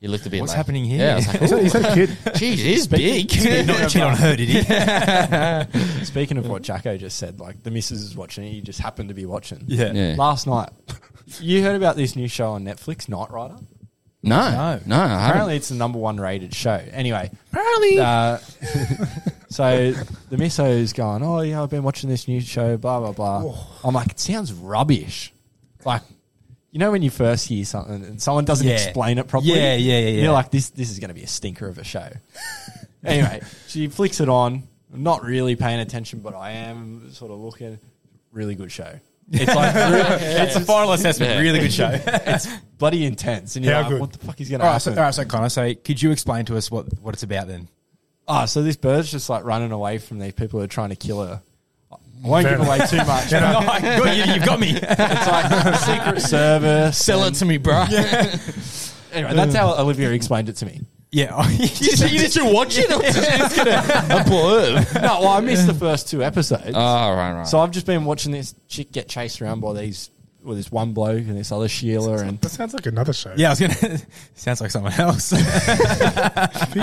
A: He looked a bit.
B: What's
A: like-
B: happening here?
A: Yeah, I was like,
C: He's that a kid.
A: Jeez, he's big.
B: Did not cheat on her, did he?
D: Speaking of what Jacko just said, like the missus is watching it, you just happen to be watching.
B: Yeah.
A: Yeah.
D: Last night, you heard about this new show on Netflix, Night Rider?
A: No,
B: No.
A: no, no. I
D: Apparently, it's the number one rated show. Anyway,
A: apparently.
D: uh, so the misso's going, oh, yeah, I've been watching this new show, blah, blah, blah.
B: Oh.
D: I'm like, it sounds rubbish. Like, you know when you first hear something and someone doesn't
B: Yeah.
D: explain it properly?
B: Yeah, yeah, yeah, yeah.
D: You're like, this, this is going to be a stinker of a show. anyway, she flicks it on. I'm not really paying attention, but I am sort of looking. Really good show. It's like
B: It's a final assessment.
A: Yeah.
B: Really good show.
D: it's bloody intense, and you're
C: How
D: like,
C: good?
D: what the fuck is going to
B: all right, so,
D: happen?
B: all right, so Connor, so could you explain to us what, what it's about then?
D: Ah, so this bird's just like running away from these people who are trying to kill her. I won't
C: Fair
D: give away too much.
C: Fair enough.
B: you, have got me.
D: It's like the Secret Service.
A: Sell it to me, bro.
D: Anyway, that's how Olivia explained it to me.
B: Yeah.
A: you just, you just watch it. I'm just gonna
D: No, well, I missed the first two episodes.
B: Uh,
A: Oh, right, right.
D: so I've just been watching this chick get chased around by these, well, this one bloke and this other Sheila. And
C: That sounds like another show.
B: yeah, I was gonna. sounds like someone else.
C: you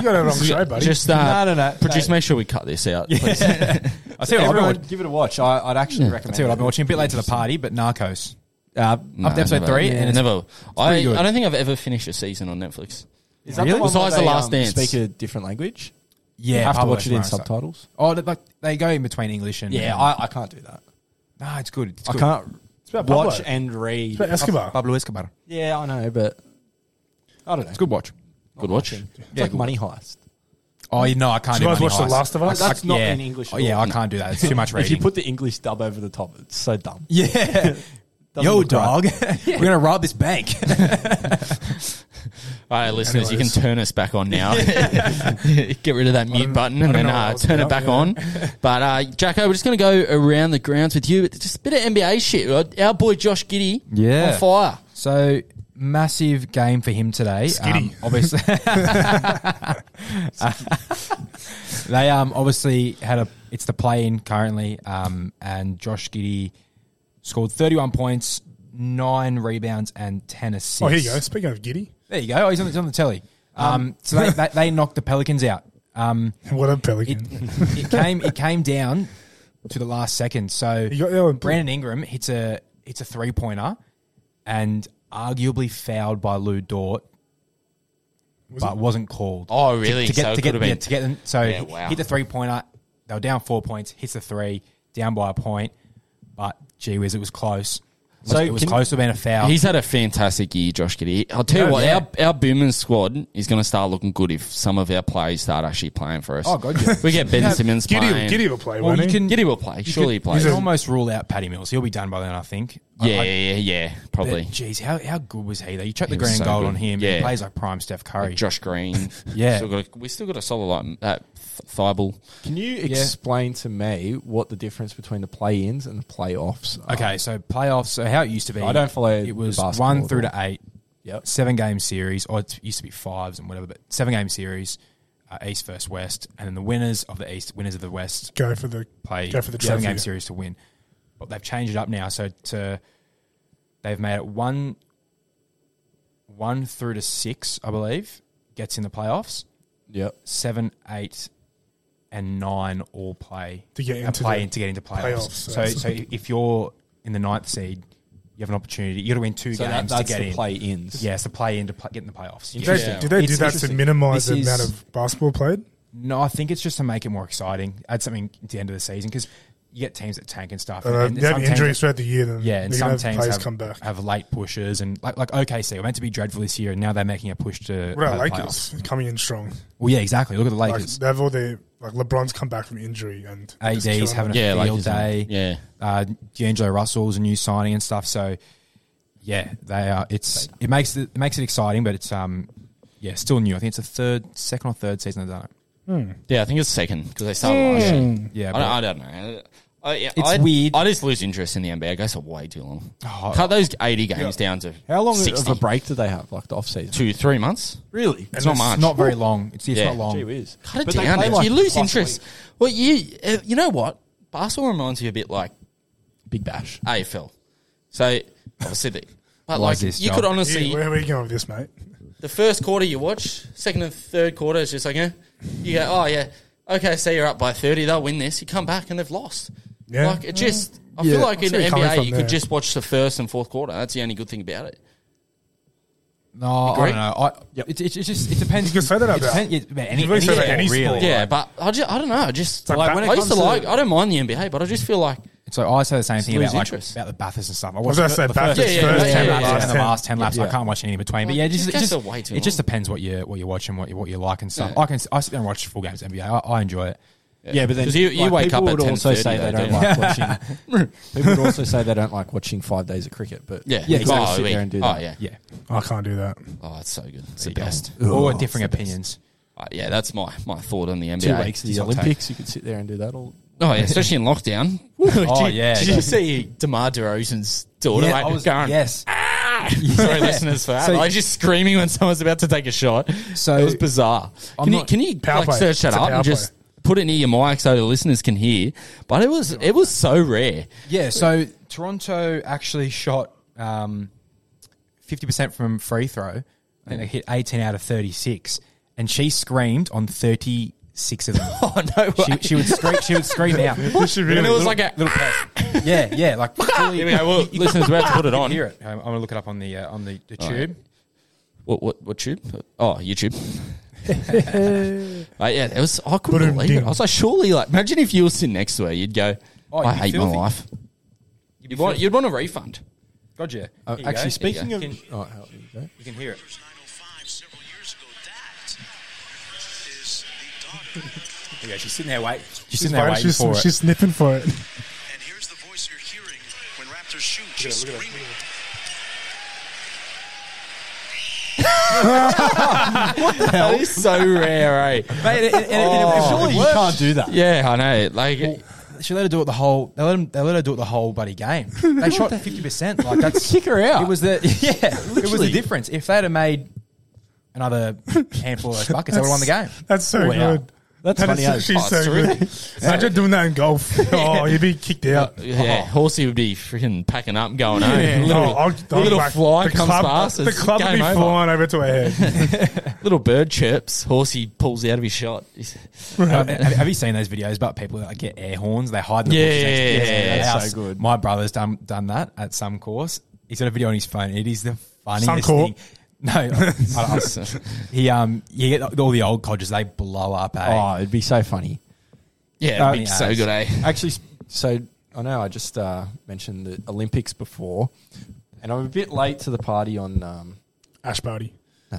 C: got a wrong show, buddy.
A: just uh,
D: no, no.
A: produce. Make sure we cut this out. please.
B: I see what I've been,
D: Everyone,
B: watching.
D: give it a watch. I, I'd actually
B: I
D: recommend.
B: tell you what I've been
D: it.
B: watching. A bit late to the party, but Narcos.
D: Uh,
A: No,
B: up to episode
A: never.
B: three,
A: Yeah.
B: and it's
A: never. I,
B: good.
A: I don't think I've ever finished a season on Netflix.
D: is that
B: Really?
D: the one where
A: Besides The
D: they,
A: Last
D: um,
A: Dance.
D: Speak a different language.
B: Yeah,
D: you have to
B: Pablo
D: watch it in
B: Escobar.
D: subtitles.
B: Oh, they- like they go in between English and
D: Yeah, I, I can't do that.
B: no, it's good. It's
D: I
B: good.
D: can't
C: about Pablo.
D: watch and read.
C: But Escobar.
B: Pablo Escobar.
D: Yeah, I know, but I don't know.
B: It's a good watch.
A: Good watch.
D: It's
B: Yeah,
D: like
B: good
D: Money Heist.
B: Oh, you know, I can't.
C: Did you
B: do
C: guys watch
B: Money
C: The
B: Heist.
C: Last of Us?
B: I- I-
D: That's not
B: yeah.
D: in English
B: Oh,
D: at
B: yeah,
D: all.
B: I can't do that. It's too much reading.
D: If you put the English dub over the top, it's so dumb.
B: yeah, yo,
D: look right.
B: dog, we're gonna rob this bank.
A: All right, listeners,
C: Anyways.
A: you can turn us back on now. Get rid of that mute button and
C: I don't
A: then
C: know what I
A: uh,
C: was
A: turn it
C: about,
A: back
C: yeah.
A: on. But uh, Jacko, we're just going to go around the grounds with you. It's just a bit of NBA shit. Our boy Josh Giddy
B: Yeah.
A: on fire.
B: So massive Um, game for him today.
C: Skitty.
B: obviously, They um obviously had a it's the play in currently, um, and Josh Giddy scored thirty one points, nine rebounds, and ten assists.
C: Oh, here you go. Speaking of Giddy,
B: There you go. Oh, he's on the, he's on the telly. Um, so they, they, they knocked the Pelicans out. Um,
C: what a
B: it,
C: pelican!
B: it came it came down to the last second. So
C: you got Ellen
B: Brandon Ingram hits a hits a three pointer, and arguably fouled by Lou Dort, but wasn't called.
A: Oh, really?
B: To, to get
A: So it
B: to get
A: could've been-
B: yeah, to get them. So
A: Yeah, wow.
B: hit the three pointer. They were down four points. Hits the three. Down by a point. But gee whiz, it was close.
D: So
B: So it was
D: can-
B: close to being a foul.
A: He's had a fantastic year, Josh Giddy. I'll tell you
B: No,
A: what,
B: yeah.
A: our, our Boomers squad is going to start looking good if some of our players start actually playing for us.
B: Oh, God, yeah.
A: We get Ben Simmons
C: Giddy,
A: playing.
C: Giddy will play,
B: Well,
C: won't
B: you
C: he?
B: can-
A: Giddy will play.
B: You
A: Surely
B: could-
A: he plays.
B: You can almost rule out Paddy Mills. He'll be done by then, I think. I-
A: yeah,
B: I-
A: yeah, yeah, probably.
B: Jeez, how, how good was he though? You chuck the
A: He was
B: green
A: so
B: and gold
A: good.
B: on him.
A: Yeah.
B: He plays like prime Steph Curry.
A: Josh Green.
B: Yeah.
A: Still got a, we still got a solid like that Thibault.
D: Can you explain to me what the difference between the play-ins and the playoffs? Are?
B: Okay, so playoffs. So how it used to be,
D: I don't follow
B: It was
D: the basketball
B: one
D: at
B: through
D: all.
B: to eight,
D: Yep.
B: seven game series, or it used to be fives and whatever, but seven game series, uh, East versus West, and then the winners of the East, winners of the West
C: Go for the
B: play
C: Go for the
B: seven
C: trophy.
B: game series to win. But they've changed it up now, so to they've made it one, one through to six, I believe, gets in the playoffs.
D: Yep.
B: seven, eight, and nine all play
C: To get
B: uh,
C: into
B: play
C: the
B: in to get into playoffs.
C: playoffs,
B: so,
C: yes.
B: so if you're in the ninth seed, you have an opportunity. You got to win two
D: So that,
B: games
D: that's
B: to get
D: the
B: in.
D: play-ins.
B: Yeah, it's the play in to pl- get in the playoffs.
C: Did
B: Yeah.
C: they,
A: Yeah.
C: did they do
B: It's
C: that to
B: interesting.
C: minimize the
B: This
C: amount
B: is-
C: of basketball played?
B: No, I think it's just to make it more exciting. Add something at the end of the season because you get teams that tank and stuff.
C: Uh,
B: and
C: they have
B: some teams-
C: injuries throughout the year, then
B: yeah, and
C: they
B: some
C: have
B: teams
C: players
B: have,
C: come back.
B: have late pushes and like like OKC were meant to be dreadful this year, and now they're making a push to
C: What about
B: play the
C: Lakers
B: playoffs.
C: coming in strong?
B: Well, yeah, exactly. Look at the
C: Like
B: Lakers.
C: they have all their like LeBron's come back from injury and they're just
B: AD's
C: killing
B: having
C: it.
B: a
A: Yeah, like
B: field
A: his-
B: day.
A: Yeah.
B: uh, D'Angelo Russell's a new signing and stuff. So yeah, they are. It's it makes it, it makes it exciting, but it's um yeah, still new. I think it's the third, second or third season they've done it.
A: Yeah, I think it's second because they started last year.
B: Yeah,
A: I don't,
B: but-
A: I don't know. I, yeah,
B: It's
A: I,
B: weird.
A: I just lose interest in the NBA. It goes for way too long.
B: Oh,
A: Cut those 80 games down to
D: How long
A: 60,
D: of a break do they have, like the off-season?
A: Two, three months?
D: Really?
A: It's not much.
B: It's not very long. It's, it's
A: Yeah.
B: not long.
D: Gee whiz.
A: Cut it
D: But they
A: down.
D: play,
A: If
D: like,
A: you lose
D: twice a
A: interest.
D: week.
A: Well, you uh, you know what? Basketball reminds you a bit like
D: Big bash.
A: AFL. So obviously, the, but
B: Why
A: like
B: is this,
A: you
B: Joel?
A: could
C: Yeah,
A: honestly,
C: where, where are you going with this, mate?
A: the first quarter you watch, second and third quarter is just like, eh. you go, oh yeah, okay, so you're up by thirty, they'll win this. You come back and they've lost.
C: Yeah.
A: Like it just, I
C: Yeah.
A: feel like
C: I
A: in
C: see where you're coming
A: NBA
C: from
A: you
C: there.
A: could just watch the first and fourth quarter. That's the only good thing about it.
B: No, I
A: Agree?
B: don't know. I, it, it, it just it depends.
C: You can say that
B: it
C: about-
B: depends, yeah, about any,
C: you can
B: any,
C: say
B: sport,
C: that any
B: really.
C: sport.
A: Yeah, but I, just, I don't know. I just
C: like
A: like
C: ba-
A: when
C: when
A: I
C: it
A: used to
C: comes to-
A: like. I don't mind the NBA, but I just feel like
B: So I say the same thing
A: lose
B: about like,
A: interest.
B: about the Bathurst and stuff. I
C: was
B: watched
C: gonna
B: the,
C: say
B: the
C: Bathurst
B: first,
A: Yeah, yeah,
B: first
A: yeah,
B: ten
A: yeah,
B: laps
A: yeah,
B: and the
C: yeah.
B: last ten laps. I can't watch any in between. But yeah,
A: Like,
B: just,
A: it
B: it,
A: goes
B: just,
A: for way too
B: it just
A: long.
B: depends what you what you're watching, what you what you like and stuff.
A: Yeah.
B: I can I sit there and watch full games NBA. I, I enjoy it.
D: Yeah, but then
A: 'Cause you- you wake
D: people
A: up at
D: would also
A: 10:30
D: say
A: though,
D: they don't
A: don't
D: like watching. people would also say they don't like watching five days of cricket, but
A: yeah,
D: you can't
A: oh,
D: sit
A: we-
D: there and do
A: Oh
D: that.
A: yeah,
B: Yeah,
C: I can't do that.
A: oh, it's so good. It's the best.
B: or
D: Ugh,
B: differing
D: it's the best.
B: opinions.
A: Uh, yeah, that's my my thought on the NBA.
D: Two weeks of the
B: Yeah.
D: Olympics, you could sit there and do that all.
A: Oh, yeah, especially in lockdown. oh,
B: yeah.
A: Did you see DeMar DeRozan's daughter?
B: Yeah,
A: like,
B: I was-
A: going,
B: yes.
A: "Ah!" Sorry, listeners, for that.
B: So-
A: I was just screaming when someone's about to take a shot.
B: So-
A: it was bizarre.
B: I'm
A: Can you,
B: not-
A: can you
C: Power
A: like,
C: play.
A: search that
C: It's a
A: up
C: power
A: and just put it near your mic so the listeners can hear? But it was it was so rare.
B: Yeah, so Toronto actually shot um, 50% from free throw. I think they hit 18 out of 36. And she screamed on 36 of them.
A: Oh no! Way.
B: she, she, would scream, she would scream out.
C: She
A: and
C: really-
A: it was like a little
B: Yeah, yeah. Like, fully,
A: Here we go. Well, listeners, we're about to put it
B: you
A: on.
B: hear it. I'm, I'm going to look it up on the, uh, on the, the tube.
A: What what what tube? Oh, YouTube. Right, yeah, it was. I couldn't
C: Boom,
A: believe it.
C: ding.
A: I was like, surely, like, imagine if you were sitting next to her, you'd go,
B: Oh,
A: "I hate
B: you'd
A: my
B: filthy.
A: life." You'd
B: be
A: want,
B: filthy.
A: you'd want a refund.
B: Gotcha.
D: Uh,
B: Here you
D: actually,
B: go.
D: speaking
A: you
D: of,
B: Can-
D: oh, how- here you go.
B: You can hear it.
E: 905 several years ago. That is the daughter.
B: Here you go. She's sitting there waiting. She's
C: She's,
B: sitting there
C: fine.
B: waiting
C: She's-
B: for
C: she's sniffing for it.
E: and here's the voice you're hearing when Raptors shoot. She's
C: look at that.
E: screaming.
A: That is so rare, eh?
B: it. Mate, and- and- and- and- and-
D: Surely you can't do that.
A: Yeah, I know. Like,
B: Oh. She let her do it the whole. They let him. They let her do it the whole bloody game. They shot fifty percent. Like that's
D: Kick her out.
B: It was the yeah. It was the
D: Literally.
B: difference. If they would have made another handful of those buckets, they would have won the game.
C: That's so
B: Wow.
C: good.
D: That's
C: That
D: funny.
C: is
D: as-
C: actually
A: Oh,
C: so
A: it's
C: good. Imagine doing that in golf. Oh, you'd be kicked out.
A: uh, Yeah, horsey would be freaking packing up, and going home.
C: oh. Yeah.
A: Little,
C: Oh, I'll- I'll
A: little
C: back-
A: fly comes
C: club,
A: past.
C: The
A: it's
C: club would
A: game
C: be
A: over.
C: flying over to our head.
A: Little bird chirps. Horsey pulls out of his shot.
B: have, Uh, have you seen those videos about people that like, get air horns? They hide in the
A: Yeah,
B: bushes next to
A: yeah,
B: the
A: yeah,
B: house.
D: so good.
B: My brother's done done that at some course. He's got a video on his phone. It is the funniest
C: Some court.
B: thing. No, I- I- he um, you get all the old codgers. They blow up. Eh?
D: Oh, it'd be so funny.
A: yeah,
B: Oh,
A: it'd be
C: Uh,
B: yeah.
A: so good, eh?
D: Actually, s- so I know I just uh, mentioned the Olympics before, and I'm a bit late to the party on um,
C: Ash Barty.
D: no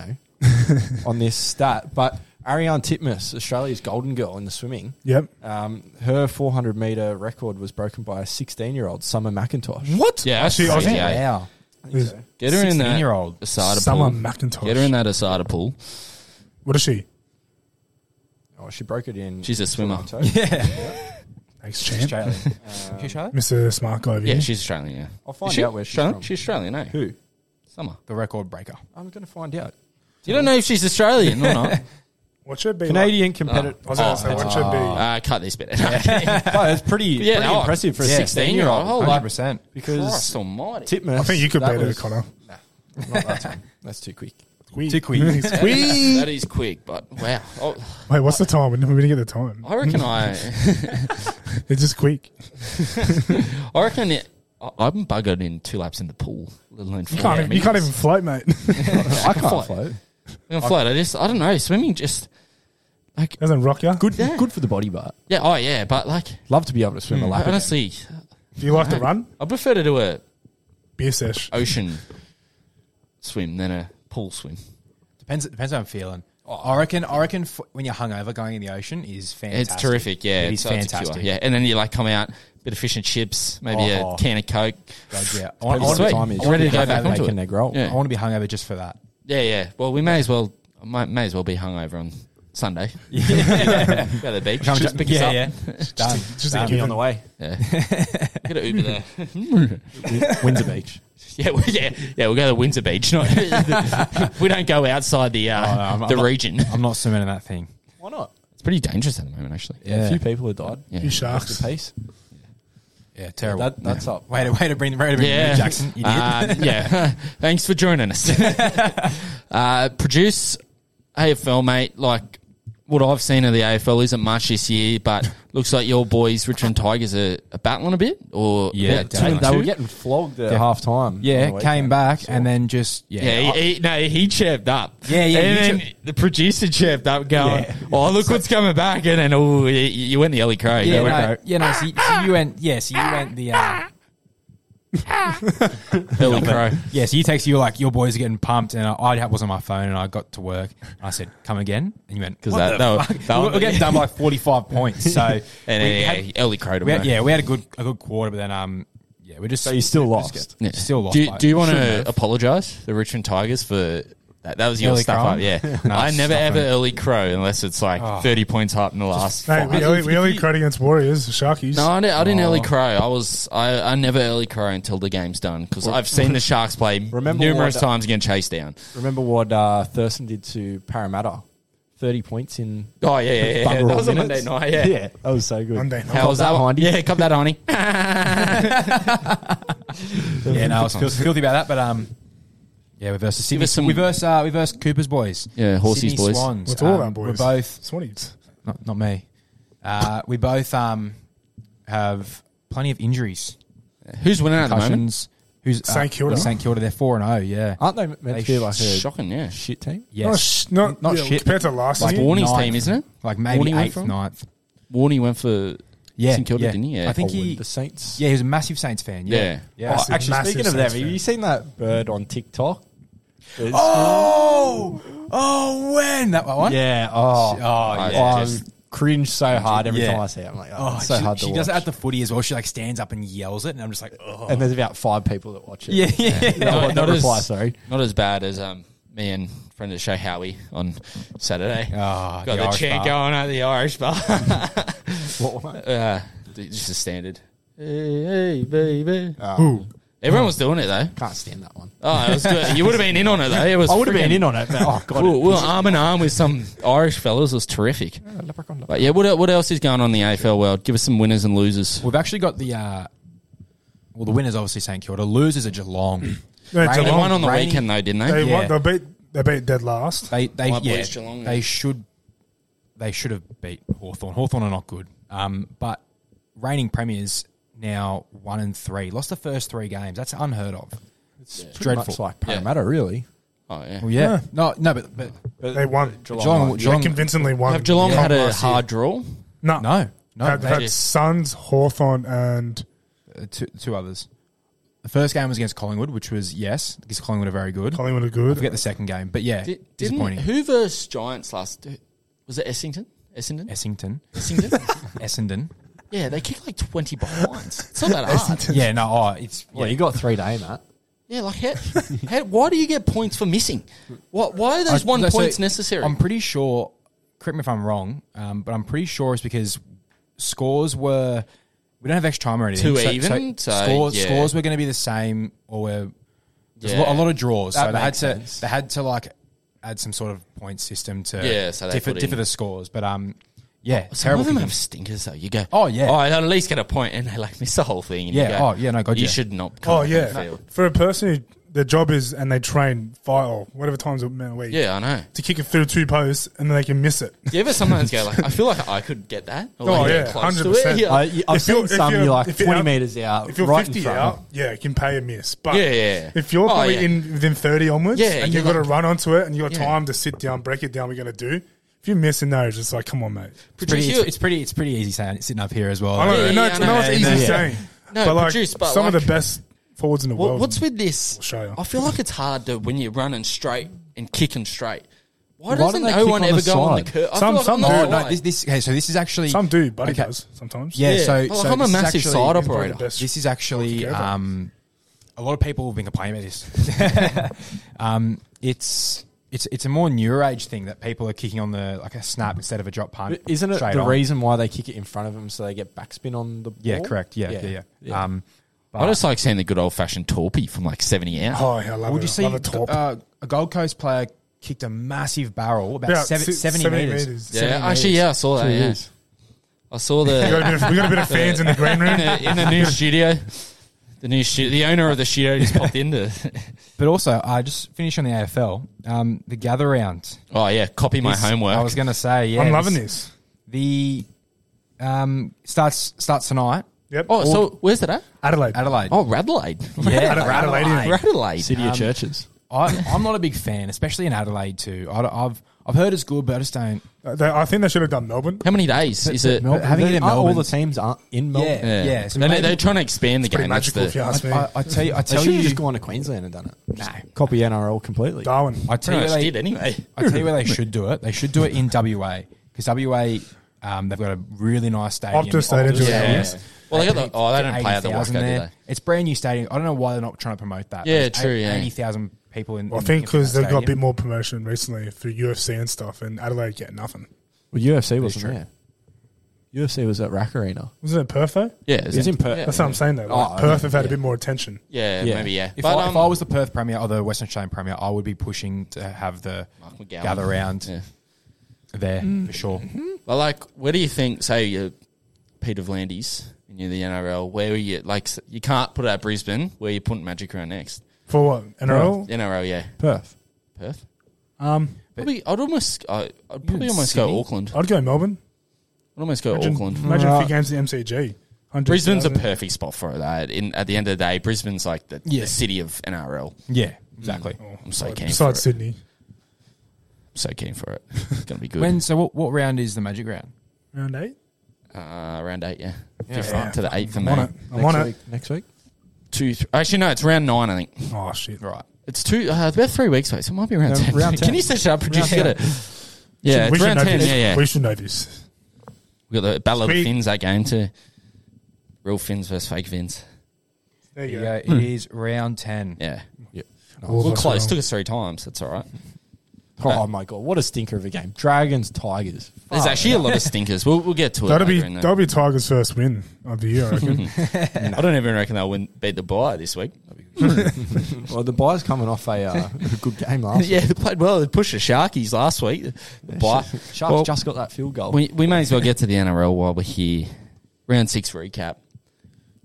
D: on this stat, but Ariane Titmus, Australia's golden girl in the swimming,
C: Yep.
D: um, her 400 meter record was broken by a 16 year old Summer McIntosh.
B: what?
A: Yeah, that's
C: Actually, I
A: crazy,
C: think-
A: eh?
B: Wow.
A: Get her in that
B: 16-year-old.
A: Asada
C: Summer
A: pool.
C: McIntosh.
A: Get her in that Asada pool.
C: What is she?
D: Oh, she broke it in.
A: She's a swimmer.
B: Yeah.
C: Thanks, champ.
B: Australian.
C: Mr. Smart Guy over
A: Yeah,
C: here.
A: she's Australian. Yeah,
D: I'll find
A: Is she
D: out where she's
A: Australian?
D: from.
A: She's Australian, eh?
D: Who?
A: Summer.
B: The record breaker.
D: I'm going to find out.
A: You don't know if she's Australian or not.
C: What should be
D: Canadian competitor.
C: Like, I was going
B: Oh,
C: to say, what should be?
A: Uh, cut this bit.
D: Oh, it's pretty,
A: Yeah,
D: pretty
A: no,
D: impressive for a
A: yeah,
D: 16 year old.
A: 16-year-old.
B: Hundred percent.
A: Christ
D: Because
A: almighty.
D: Titmus.
C: I think you could
D: that
C: beat her,
D: was-
C: Connor.
D: Not that time. That's too quick.
C: Quick.
B: Too quick.
A: That is quick, but wow. Oh,
C: Wait, what's the time? We didn't we didn't get the time.
A: I reckon I,
C: It's just quick.
A: I reckon it, I, I'm buggered in two laps in the pool, let alone
C: You can't, even, you can't even float, mate.
D: I can't
A: float.
D: float.
A: I'm gonna float. I just, I don't know. Swimming just, like,
C: Doesn't rock you.
D: Good,
A: Yeah. Mm.
D: good for the body, but
A: yeah, oh yeah, but like,
D: love to be able to swim a lap. again.
A: honestly,
C: Do you like to run?
A: I prefer to do a
C: Beer sesh.
A: ocean swim than a pool swim.
B: Depends. Depends how I'm feeling. I- I reckon. I reckon f- when you're hungover, going in the ocean is fantastic.
A: It's terrific, yeah.
B: It
A: it's, it's
B: is
A: a cure,
B: fantastic.
A: yeah, and then you like come out, bit of fish and chips, maybe
B: Oh.
A: a can of coke.
B: God, yeah. I want, I want to
D: Depends on the
A: Sweet.
B: be,
D: time is.
A: I'm ready to go
D: How
A: back
D: they
A: onto
D: can
A: it.
D: they grow?
A: Yeah.
B: I want to be hungover just for that.
A: Yeah, yeah. Well, we may as well might, may as well be hungover on Sunday. Go to the beach, just pick us
B: yeah,
A: up.
B: yeah. Done.
C: Just
B: Done.
C: a given.
D: way.
A: Get an Uber there.
D: Windsor Beach.
A: yeah, we, yeah, yeah. We'll go to Windsor Beach. Not, we don't go outside the uh,
B: Oh, no, I'm-
A: the
B: I'm not-
A: region.
B: I'm not swimming in that thing.
D: Why not?
A: It's pretty dangerous at the moment, actually.
D: A few people have died.
A: Yeah.
C: You sharks.
D: Rest in peace.
B: Yeah, terrible. Uh,
D: That, that's up.
B: way to way to bring way to bring
A: Yeah.
B: you, Jackson. You did.
A: Um, yeah. Thanks for joining us. uh, produce AFL, mate. Like what I've seen of the AFL isn't much this year, but looks like your boys, Richmond Tigers, are, are battling a bit. Or
B: Yeah,
A: about
B: definitely.
A: two
D: They
A: and
D: were
A: two?
D: getting flogged at half time.
B: yeah, came back and then just yeah.
A: Yeah,
B: I-
A: he, he, no, he chirped up.
B: Yeah, yeah,
A: And
B: you
A: then
B: chirp-
A: the producer chirped up, going,
B: Yeah.
A: "Oh, look what's coming back!" And then, oh, you, you went the Ellie Crow.
B: yeah,
A: You went
B: no, yeah, no. So, you- so you went, yeah, so you went the, uh,
A: Ellie Crow.
B: yeah, so you texted, you were like, your boys are getting pumped, and I, I was on my phone, and I got to work, and I said, come again, and you went, because
A: that-
B: that,
A: that was-
B: fuck?
A: that
B: we
A: was-
B: we're getting done by like forty five points, so
A: And
B: we
A: yeah,
B: had-
A: yeah, Ellie Crow.
B: we
A: tomorrow.
B: had- yeah, we had a good a good quarter, but then um, yeah, we're just
D: So you still
B: we're
D: lost.
B: just
A: Yeah.
B: get- still lost.
A: Do,
B: by-
A: do you want
B: shouldn't
A: to
B: have.
A: apologise, the Richmond Tigers, for that? That was your
B: Early
A: stuff
B: crow?
A: up. Yeah,
B: No,
A: I never
B: stop
A: ever
B: it.
A: early crow unless it's like
B: Ah.
A: thirty points up in the last.
C: Mate,
A: five.
C: we only, we only cried against Warriors, the Sharkies.
A: No, I didn't, I didn't early
B: Oh.
A: crow. I was I, I never early crow until the game's done because I've seen the Sharks play
D: Remember
A: numerous
D: what-
A: times against Chase down.
D: Remember what uh, Thurston did to Parramatta? 30 points in.
A: Oh yeah, yeah, yeah.
D: bugger
A: That
D: all
A: was on Monday
D: minutes.
A: night. Yeah.
D: yeah, that was so good.
C: Monday night.
A: How was that,
D: that,
A: one?
D: Hindy.
A: Yeah, cop that, honey.
B: Yeah, no, I was fil- filthy about that, but um, yeah, we versus Sydney.
A: us some-
B: we versus uh, we versus Cooper's boys.
A: Yeah, Horsey's
B: Sydney
A: boys.
B: Swans.
C: What's all
B: Um,
C: that, boys?
B: We're both
C: Swannies.
B: not, not me. Uh, we both um have plenty of injuries.
A: Who's winning at the moment?
B: Concussions. Who's uh,
C: St Kilda.
B: St Kilda. They're four and oh. Yeah.
D: Aren't they meant to be like a
A: Shocking, yeah.
D: shit team?
C: Not,
B: Yes.
C: sh- not,
B: Not
C: yeah,
B: shit.
C: compared to last
A: Like
C: year.
A: Warney's
B: Ninth.
A: team, isn't it?
B: Like maybe
A: Warning went
B: eighth,
A: from?
B: ninth.
A: Warney went for
B: Yeah,
A: St Kilda,
B: yeah.
A: didn't he? Yeah. Oh,
B: I think
D: Or
B: he-
D: the Saints.
B: Yeah, he was a massive Saints fan.
A: Yeah.
B: Yeah.
D: Oh,
C: Massive,
D: actually,
C: massive
D: speaking of them,
C: Saints
D: have
C: fan.
D: you seen that bird on TikTok? There's-
B: Oh. Oh, when that one?
D: Yeah. Oh,
B: Oh, yeah.
D: I
B: Just-
D: cringe so hard every
B: Yeah.
D: time I see it. I'm like, oh,
B: Oh,
D: it's so
B: she,
D: hard to
B: she
D: watch.
B: does it at the footy as well. She like stands up and yells it, and I'm just like, oh.
D: and there's about five people that watch it.
B: yeah, yeah.
D: No,
A: Not-
D: Oh, not,
A: not
D: reply,
A: as-
D: sorry.
A: Not as bad as um, me and friend of the show Howie on Saturday.
B: Ah,
A: Got
B: the
A: the,
B: Irish
A: chant
B: bar.
A: going at the Irish bar.
D: What,
A: uh, d- just a standard. Hey, hey, baby.
C: Who?
A: Everyone was doing it though.
D: Can't stand that one.
A: Oh, it was good. You would have been in on it though. It was
D: I would have been
A: freaking-
D: in on it. But, oh god,
A: We were, we were arm in arm with some Irish fellas. It was terrific. But yeah, what, el- what else is going on in the AFL world? Give us some winners and losers.
B: We've actually got the uh, well, the winners obviously St Kilda. Losers are Geelong.
C: No,
B: Rainy-
A: They
C: Geelong,
A: won on the
B: Rainy-
A: weekend though, didn't
C: they,
A: they?
B: Yeah.
C: won, they beat they beat dead last.
B: They they
A: My boys
B: yeah,
A: Geelong.
B: they should they should have beat Hawthorn. Hawthorn are not good. Um, but reigning premiers now one and three. Lost the first three games. That's unheard of. It's dreadful.
D: Much like Parramatta, really.
A: Oh yeah.
B: well, yeah. No, no, but but
C: They won.
B: Geelong,
C: They
B: Geelong,
C: convincingly won.
A: Have Geelong had a
C: Last year.
A: hard draw?
C: No,
B: no, no,
C: Had,
B: they-
C: had
A: just-
C: Suns, Hawthorn, and
B: uh, two, two others. The first game was against Collingwood, which was yes, because Collingwood are very good.
C: Collingwood are
B: I forget
C: good.
B: the second game, but
A: Did,
B: yeah,
A: didn't
B: disappointing.
A: who versus Giants last? Was it Essington? Essendon?
B: Essington,
A: Essington?
B: Essendon.
A: yeah, they kicked like twenty behinds. It's not that hard.
B: yeah, no, oh, it's
D: Yeah, you got three day, Matt.
A: Yeah, like how, how, why do you get points for missing? What? Why are those
B: I-
A: one
B: no, so
A: points necessary?
B: I'm pretty sure. Correct me if I'm wrong, um, but I'm pretty sure it's because scores were we don't have extra time or anything.
A: Too even, so,
B: scores
A: yeah.
B: scores were going to be the same, or were there's a lot-
A: Yeah.
B: a lot of draws.
D: That
B: so they had
D: makes
B: to
D: sense.
B: they had to like add some sort of point system to
A: Yeah, so they
B: differ,
A: put
B: differ
A: in-
B: the scores. But um, yeah,
A: Some
B: terrible.
A: of them
B: kicking.
A: have stinkers though. You go,
B: Oh, yeah.
A: oh, I'll at least get a point, and they like miss the whole thing. And
B: Yeah,
A: you go,
B: oh, yeah, no, gotcha.
A: You should not. Come
C: Oh
A: on
C: yeah,
A: the field.
C: for a person who their job is and they train five or whatever times a man a week.
A: Yeah, I know.
C: To kick it through two posts and then they can miss it.
A: Do you ever sometimes go like, I feel like I could get that? Or
C: Oh,
A: like,
C: yeah,
A: get close to
C: 100%.
A: it. Yeah,
D: I, I've
C: If
D: seen
C: you're- if
D: some. You're,
C: you're-
D: like
C: if you're
D: twenty
C: out-
D: meters out,
C: If you're
D: right in
C: 50
D: front.
C: out, yeah, it can pay a miss. But
A: Yeah, yeah.
C: if you're
A: Oh,
C: probably
A: yeah.
C: in within 30 onwards
A: Yeah,
C: and
A: you're
C: you've got
A: like-
C: to run onto it and you've got
A: Yeah.
C: time to sit down, break it down, we're going to do. If you're missing those, it's like, come on, mate.
B: It's pretty,
A: Produce-
B: it's, it's pretty. It's pretty easy saying sitting up here as well.
C: I know,
A: yeah,
C: I know,
A: yeah,
C: it's-
A: I
C: I know
A: know,
C: it's
A: yeah,
C: easy
B: yeah.
C: saying.
A: No,
C: but like,
A: produce, but
C: some of
A: like-
C: the best forwards in the
A: What,
C: world.
A: what's with this?
C: show you.
A: I feel like it's hard to when you're running straight and kicking straight. Why,
D: Why
A: doesn't
D: don't they
A: no
D: kick
A: one
D: on
A: ever
D: the
A: go on the
D: side?
A: curve?
C: Some- some do.
B: Oh,
C: Oh,
B: no, this, this okay. So this is actually
C: Some do, but
B: Okay.
C: it does sometimes.
B: Yeah,
A: Yeah.
B: so,
A: Well,
B: so
A: I'm a
B: this is
A: massive
B: actually-
A: side
C: He's probably
A: operator.
C: the best.
B: This is actually
C: Ever.
B: um, a lot of people have been complaining about this. um, it's it's it's a more newer age thing that people are kicking on the like a snap instead of a drop punt.
D: But Isn't it
B: straight
D: the
B: on.
D: reason why they kick it in front of them so they get backspin on the ball?
B: Yeah, correct. Yeah, yeah, yeah. Um,
A: I just like seeing the good old fashioned torpy from like seventy out.
C: Oh, yeah, I love
B: would
C: it.
B: you see
C: love a top.
B: uh, a Gold Coast player kicked a massive barrel about
C: About
B: seven,
C: si-
B: 70
C: 70
B: meters?
C: meters.
A: yeah,
B: 70
A: actually,
B: meters.
A: yeah, I saw that. Yeah.
D: Jeez.
A: I saw
C: we, got a
A: the
C: bit of, we got a bit of fans in the green room.
A: in the, in the new studio. The new stu- the owner of the studio just popped into.
B: But also, I just finished on the AFL. Um, the gather round.
A: Oh yeah, copy my
B: This-
A: homework.
B: I was going to say, yeah,
C: I'm loving this.
B: The um, starts starts tonight.
C: Yep.
A: oh, so where's that at?
C: Adelaide.
B: Adelaide.
A: Oh, Radelaide.
B: yeah,
C: Adelaide. Adelaide.
A: Radelaide. um,
D: City of churches.
B: I, I'm not a big fan, especially in Adelaide too. I, have I've heard it's good, but I just don't.
C: Uh, they- I think they should have done Melbourne.
A: How many days is it?
B: Melbourne- having it in
D: Aren't all
B: Melbourne-
D: the teams are in Melbourne.
A: Yeah,
B: Yeah, so
A: they,
B: maybe-
A: they're trying to expand the
C: Pretty
A: game. That's
C: magical, if you
A: the,
C: ask me.
B: I, I tell you, I
D: They
B: tell
D: should have
B: you,
D: just gone to Queensland and done it. No, copy NRL completely.
C: Darwin.
B: I
A: pretty
B: tell you,
A: much
B: where
A: did
B: they,
A: anyway.
B: I tell you where they should do it. They should do it in WA because WA, um, they've got a really nice stadium.
C: Optus Stadium,
B: Optus
C: yeah.
B: Stadium.
A: Well, they got the. Oh, they don't play at the
B: 80,000
A: Wasco, do
B: there.
A: they?
B: It's brand new stadium. I don't know why they're not trying to promote that.
A: Yeah,
B: There's
A: true,
B: eight-
A: yeah.
B: eighty thousand people in.
C: Well, I
B: in-
C: think
B: in
C: because
B: that
C: they've got a
B: stadium.
C: bit more promotion recently through UFC and stuff, and Adelaide get nothing.
D: Well, UFC wasn't
B: true.
D: there. UFC was at Rack Arena.
C: Wasn't it Perth though?
A: Yeah,
D: It's in Perth.
A: Yeah,
C: That's what I'm saying though. Like,
D: Oh,
C: Perth
D: yeah,
C: have had
D: yeah.
C: a bit more attention.
A: yeah,
D: Yeah.
A: maybe yeah.
B: If,
A: but
B: I,
A: um,
B: if I was the Perth Premier or the Western Australian Premier, I would be pushing to have the
A: Mark McGowan.
B: gather round
A: Yeah.
B: there for sure.
A: But like, where do you think? Say you're Peter Vlandis and you're the NRL. Where were you? Like, s- you can't put it at Brisbane. Where you putting Magic around next?
C: For what? NRL?
A: NRL, yeah.
D: Perth.
A: Perth.
C: Um,
A: Probably, I'd almost, I, I'd probably
B: in
A: almost
B: Sydney?
A: go Auckland.
C: I'd go Melbourne.
A: I'd almost go
C: Imagine,
A: Auckland. Mm.
C: imagine a
D: Right.
C: few games in the MCG. 100,000.
A: Brisbane's a perfect spot for that. In at the end of the day, Brisbane's like the,
B: Yeah.
A: the city of NRL.
B: Yeah, exactly.
A: I'm so
C: Like,
A: keen. For it.
C: Besides Sydney.
A: I'm so keen for it. It's gonna be good.
B: When so what, what round is the Magic round?
C: Round eight?
A: uh, round eight, yeah,
B: Yeah,
A: Fifth
B: right.
A: to the eighth for
C: I'm
A: me.
C: on it. I'm
D: next
C: on
D: week.
C: it.
D: Next week.
A: Two, th- actually, no, it's round nine. I think
C: Oh, shit.
B: Right.
A: it's two. Uh, it's about three weeks away, so it might be round
D: No,
A: ten.
D: round
A: Can
D: 10.
A: you set it up, producer? Get it? Yeah,
C: we
A: it's
C: should
A: round
C: know
A: ten.
C: this.
A: Yeah, yeah.
C: We should know this.
A: We got the Battle of the
C: Sweet.
A: Fins that game too. Real Fins versus fake Fins.
C: There you
B: Yeah,
C: go.
B: it is round ten.
A: Yeah,
C: All of
A: we're
C: us
A: close.
C: wrong.
A: Took us three times. That's all right.
D: Oh my god, what a stinker of a game! Dragons, Tigers.
A: There's
D: Fuck.
A: actually a lot of stinkers. We'll, we'll get to it.
C: That'll be
A: later in the-
C: that'll be Tigers' first win of the year. I reckon.
A: I don't even reckon they'll win, beat the buyer this week.
D: well, the buy's coming off a, uh, a good game last.
A: yeah, they played well. They pushed the Sharkies last week. The buy.
D: week. Sharks
A: Well,
D: just got that field goal.
A: we, we may as well get to the NRL while we're here. Round six recap.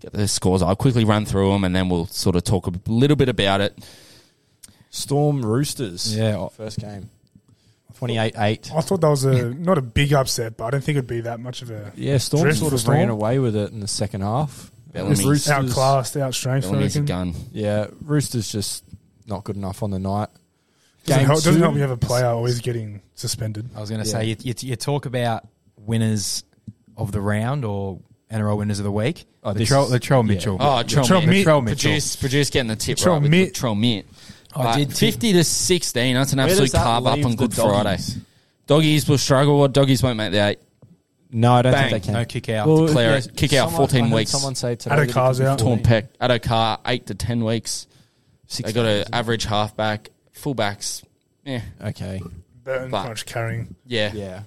A: Get the scores. I'll quickly run through them and then we'll sort of talk a little bit about it.
D: Storm Roosters.
B: Yeah, I-
D: first game, twenty-eight eight.
C: I thought that was a not a big upset, but I didn't think it'd be that much of a
D: Yeah, Storm
C: Dreadful
D: sort of
C: Storm.
D: ran away with it in the second half.
A: Bellamy's-
D: Roosters-
C: outclassed, outstrength. I
A: Bellamy's a
C: reckon.
A: gun.
D: Yeah, Roosters just not good enough on the night.
C: Doesn't help, doesn't
D: two-
C: help you have a player always getting suspended.
B: I was going to
D: Yeah.
B: say you, you, you talk about winners of the round or NRL winners of the week.
D: Oh,
B: the
D: this
B: Trell
D: is-
B: the Trell
D: yeah.
B: Mitchell.
A: Oh,
C: Latrell
A: Trell
C: Mitchell.
A: Mitchell.
B: Latrell Mitchell.
A: Produce, produce getting the tip
C: Latrell
A: right with
C: Mitt.
A: Latrell Mitt.
B: I
A: But
B: did tip-
A: 50 to 16. That's an absolute
D: does that
A: carve up
D: leave
A: on
D: the
A: Good Friday.
D: Doggies?
A: Doggies will struggle. What doggies won't make the eight?
D: No, I don't
A: Bang.
D: think they can.
B: No kick out.
A: Declare it. Kick out
D: someone-
A: 14
D: I heard
A: weeks.
D: Someone say today.
C: Addo
D: that it could
C: Carr's
D: be
C: out.
A: Torn
D: 14.
A: pec. Adokar, 8 to 10 weeks.
D: Six
A: They got
D: games.
A: an average halfback. Fullbacks, yeah,
D: Okay.
C: Burton
A: But-
C: pretty much carrying.
A: yeah.
D: Yeah.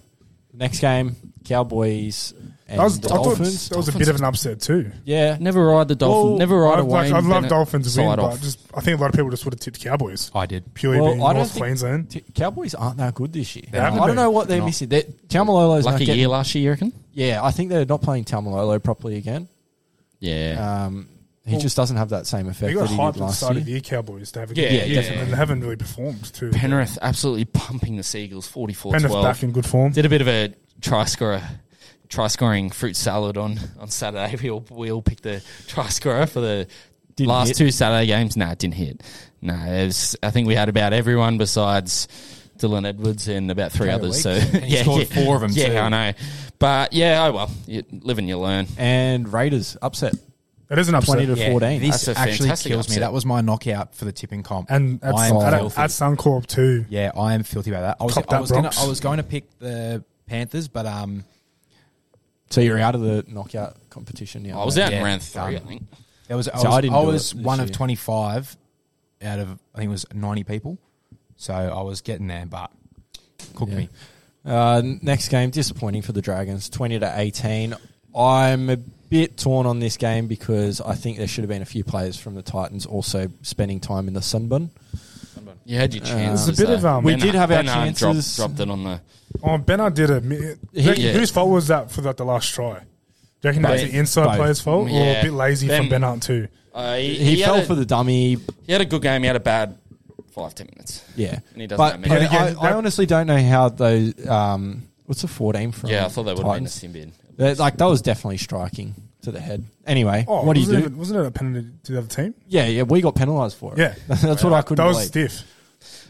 D: Next game, Cowboys and
C: That was, I thought
D: Dolphins.
C: that was a bit of an upset too.
D: yeah.
A: Never ride the dolphin.
D: Well,
A: Never ride
C: I
A: a
C: like,
A: Wayne.
C: I'd love
A: Bennett
C: Dolphins win,
A: side
C: but
A: off.
C: just I think a lot of people just would have tipped Cowboys
B: I did.
C: purely
D: Well,
C: being
D: I don't
C: North
D: think-
C: Queensland.
D: T- Cowboys aren't that good this year. I
C: haven't
D: don't
C: been.
D: know what they're
B: Not.
D: missing. They're, Tamalolo's
A: Lucky
D: not getting,
A: year last year, you reckon?
D: Yeah, I think they're not playing Tamalolo properly again.
A: Yeah.
D: Um, he
C: Well,
D: just doesn't have that same
C: They
D: effect
C: got
D: that he
C: hyped
D: did
C: at the
D: last
C: start of
D: year.
C: the year, Cowboys. They haven't,
A: Yeah,
D: yeah,
C: and
A: definitely.
C: they haven't really performed too.
A: Penrith absolutely pumping the Seagulls 44
C: Penrith
A: 12.
C: back in good form.
A: Did a bit of a try scorer, try scoring fruit salad on, on Saturday. We all, we all picked the try scorer for the
D: Didn't
A: last
D: hit.
A: two Saturday games. Nah, it didn't hit. No, it was, I think we had about everyone besides Dylan Edwards and about three
B: Taylor
A: others.
B: Weeks.
A: So
B: And he scored four of 'em
A: Yeah,
B: too.
A: I know. But yeah, oh well, you live and you learn.
D: And Raiders upset
C: That is an upset.
D: twenty to fourteen.
B: This
A: That's a
B: actually
A: fantastic
B: kills me.
A: upset.
B: That was my knockout for the tipping comp.
C: and at,
B: I am
C: at,
B: filthy.
C: at Suncorp too.
B: Yeah, I am filthy about that. I was,
C: Cop
B: I
C: that,
B: was gonna
C: Bronx.
B: I was going to pick the Panthers, but um,
D: So you're out of the knockout competition now.
A: I was out in
B: Yeah,
A: round three, I
B: done.
A: think.
B: there was I
D: So
B: was,
D: I didn't
B: I
D: do
B: was
D: it this
B: one of
D: year.
B: twenty five out of I think it was ninety people, so I was getting there, but cooked
D: Yeah.
B: me.
D: Uh, next game, disappointing for the Dragons, twenty to eighteen. I'm a bit torn on this game because I think there should have been a few players from the Titans also spending time in the sunburn.
A: You had your chances.
C: There's a bit
A: though.
C: of, um, We
A: Bernard-
D: did have our
A: Bernard
D: chances.
A: uh, Dropped, dropped it on the.
C: Oh, Bernard did a. mi-
D: He-
C: Reckon-
A: yeah.
C: Whose fault was that for like the last try? Do you reckon that was
A: Both.
C: the inside
D: Both.
C: player's fault, or
A: Yeah.
C: a bit lazy
A: Them-
C: from Bernard too?
A: Uh, he,
D: He,
A: he had
D: fell
A: a-
D: for the dummy.
A: He had a good game. He had a bad five ten minutes.
D: Yeah,
A: And he doesn't
D: but
A: have many.
D: I-
C: And again,
D: I, I
C: that-
D: honestly don't know how those. Um, what's the fourteen from?
A: yeah, I thought they would have been a
D: Titans?
A: sin bin.
D: That- like that was definitely striking to the head. Anyway,
C: Oh,
D: what do you
C: wasn't
D: do?
C: It, wasn't it a penalty to the other team?
D: Yeah, yeah, we got penalised for it.
C: Yeah,
D: that's what I couldn't
C: That was
D: believe.
C: stiff.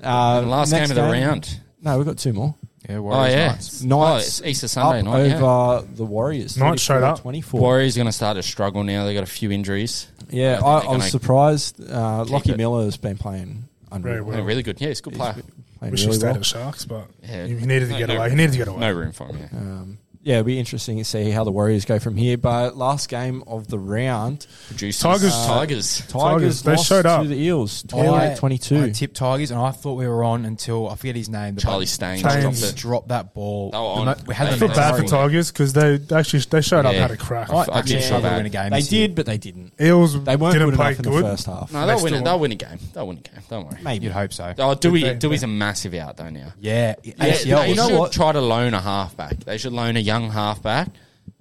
D: Uh,
A: And last game of
D: next
A: the round.
D: No, we got two more.
B: Yeah,
A: Oh
B: Warriors
A: yeah,
B: Knights.
A: Oh,
D: Knights
A: it's Easter Sunday
D: Up
A: night. yeah.
D: over the Warriors.
C: Knights showed up.
D: 24.
A: Warriors going to start to struggle now. They got a few injuries. I
D: Yeah,
A: think
D: I,
A: they're
D: I was
A: gonna
D: surprised. Uh,
A: keep
D: Lockie
A: it.
D: Miller has been playing unreal.
C: Very well.
A: They're really good. Yeah, he's a good player.
D: Playing
C: Wish he
D: really
C: stayed
D: well.
C: at Sharks, but
A: Yeah.
C: he needed to
A: No,
C: get
A: no.
C: away. He needed to get away.
A: No room for him. Yeah.
D: Um, yeah, it'll be interesting to see how the Warriors go from here. But last game of the round,
A: Producers. Uh,
C: Tigers-
A: Tigers.
D: Tigers,
C: Tigers, they
D: lost
C: showed up.
D: to the Eels,
B: I-
D: 28-22.
B: I tipped Tigers, and I thought we were on until I forget his name. but
A: Charlie
B: they
A: Staines.
C: Staines.
A: dropped
B: Just
A: it.
B: dropped that ball.
A: They were
B: The
A: on
B: mo-
A: it.
B: we had
A: They
B: them
C: I feel
B: at
C: bad for
B: the-
C: Tigers because they they actually they showed up
A: Yeah.
C: and had a crack.
B: I
A: Fuck
B: actually
A: yeah.
B: thought they were going to game.
D: they
B: this year.
D: did, but they didn't.
C: Eels
D: They weren't
C: didn't
D: good
C: play
D: enough in
C: good.
D: the first half.
A: No, they'll
C: They
A: win it.
C: still-
A: They'll win a game. They'll win a game. Don't worry.
D: Maybe.
B: You'd hope so.
A: Oh, Dewey,
C: They-
A: Dewey's a massive out though now.
B: Yeah,
A: Yeah,
B: ACL.
A: they
B: you know
A: should
B: what?
A: try to loan a halfback. They should loan a young halfback,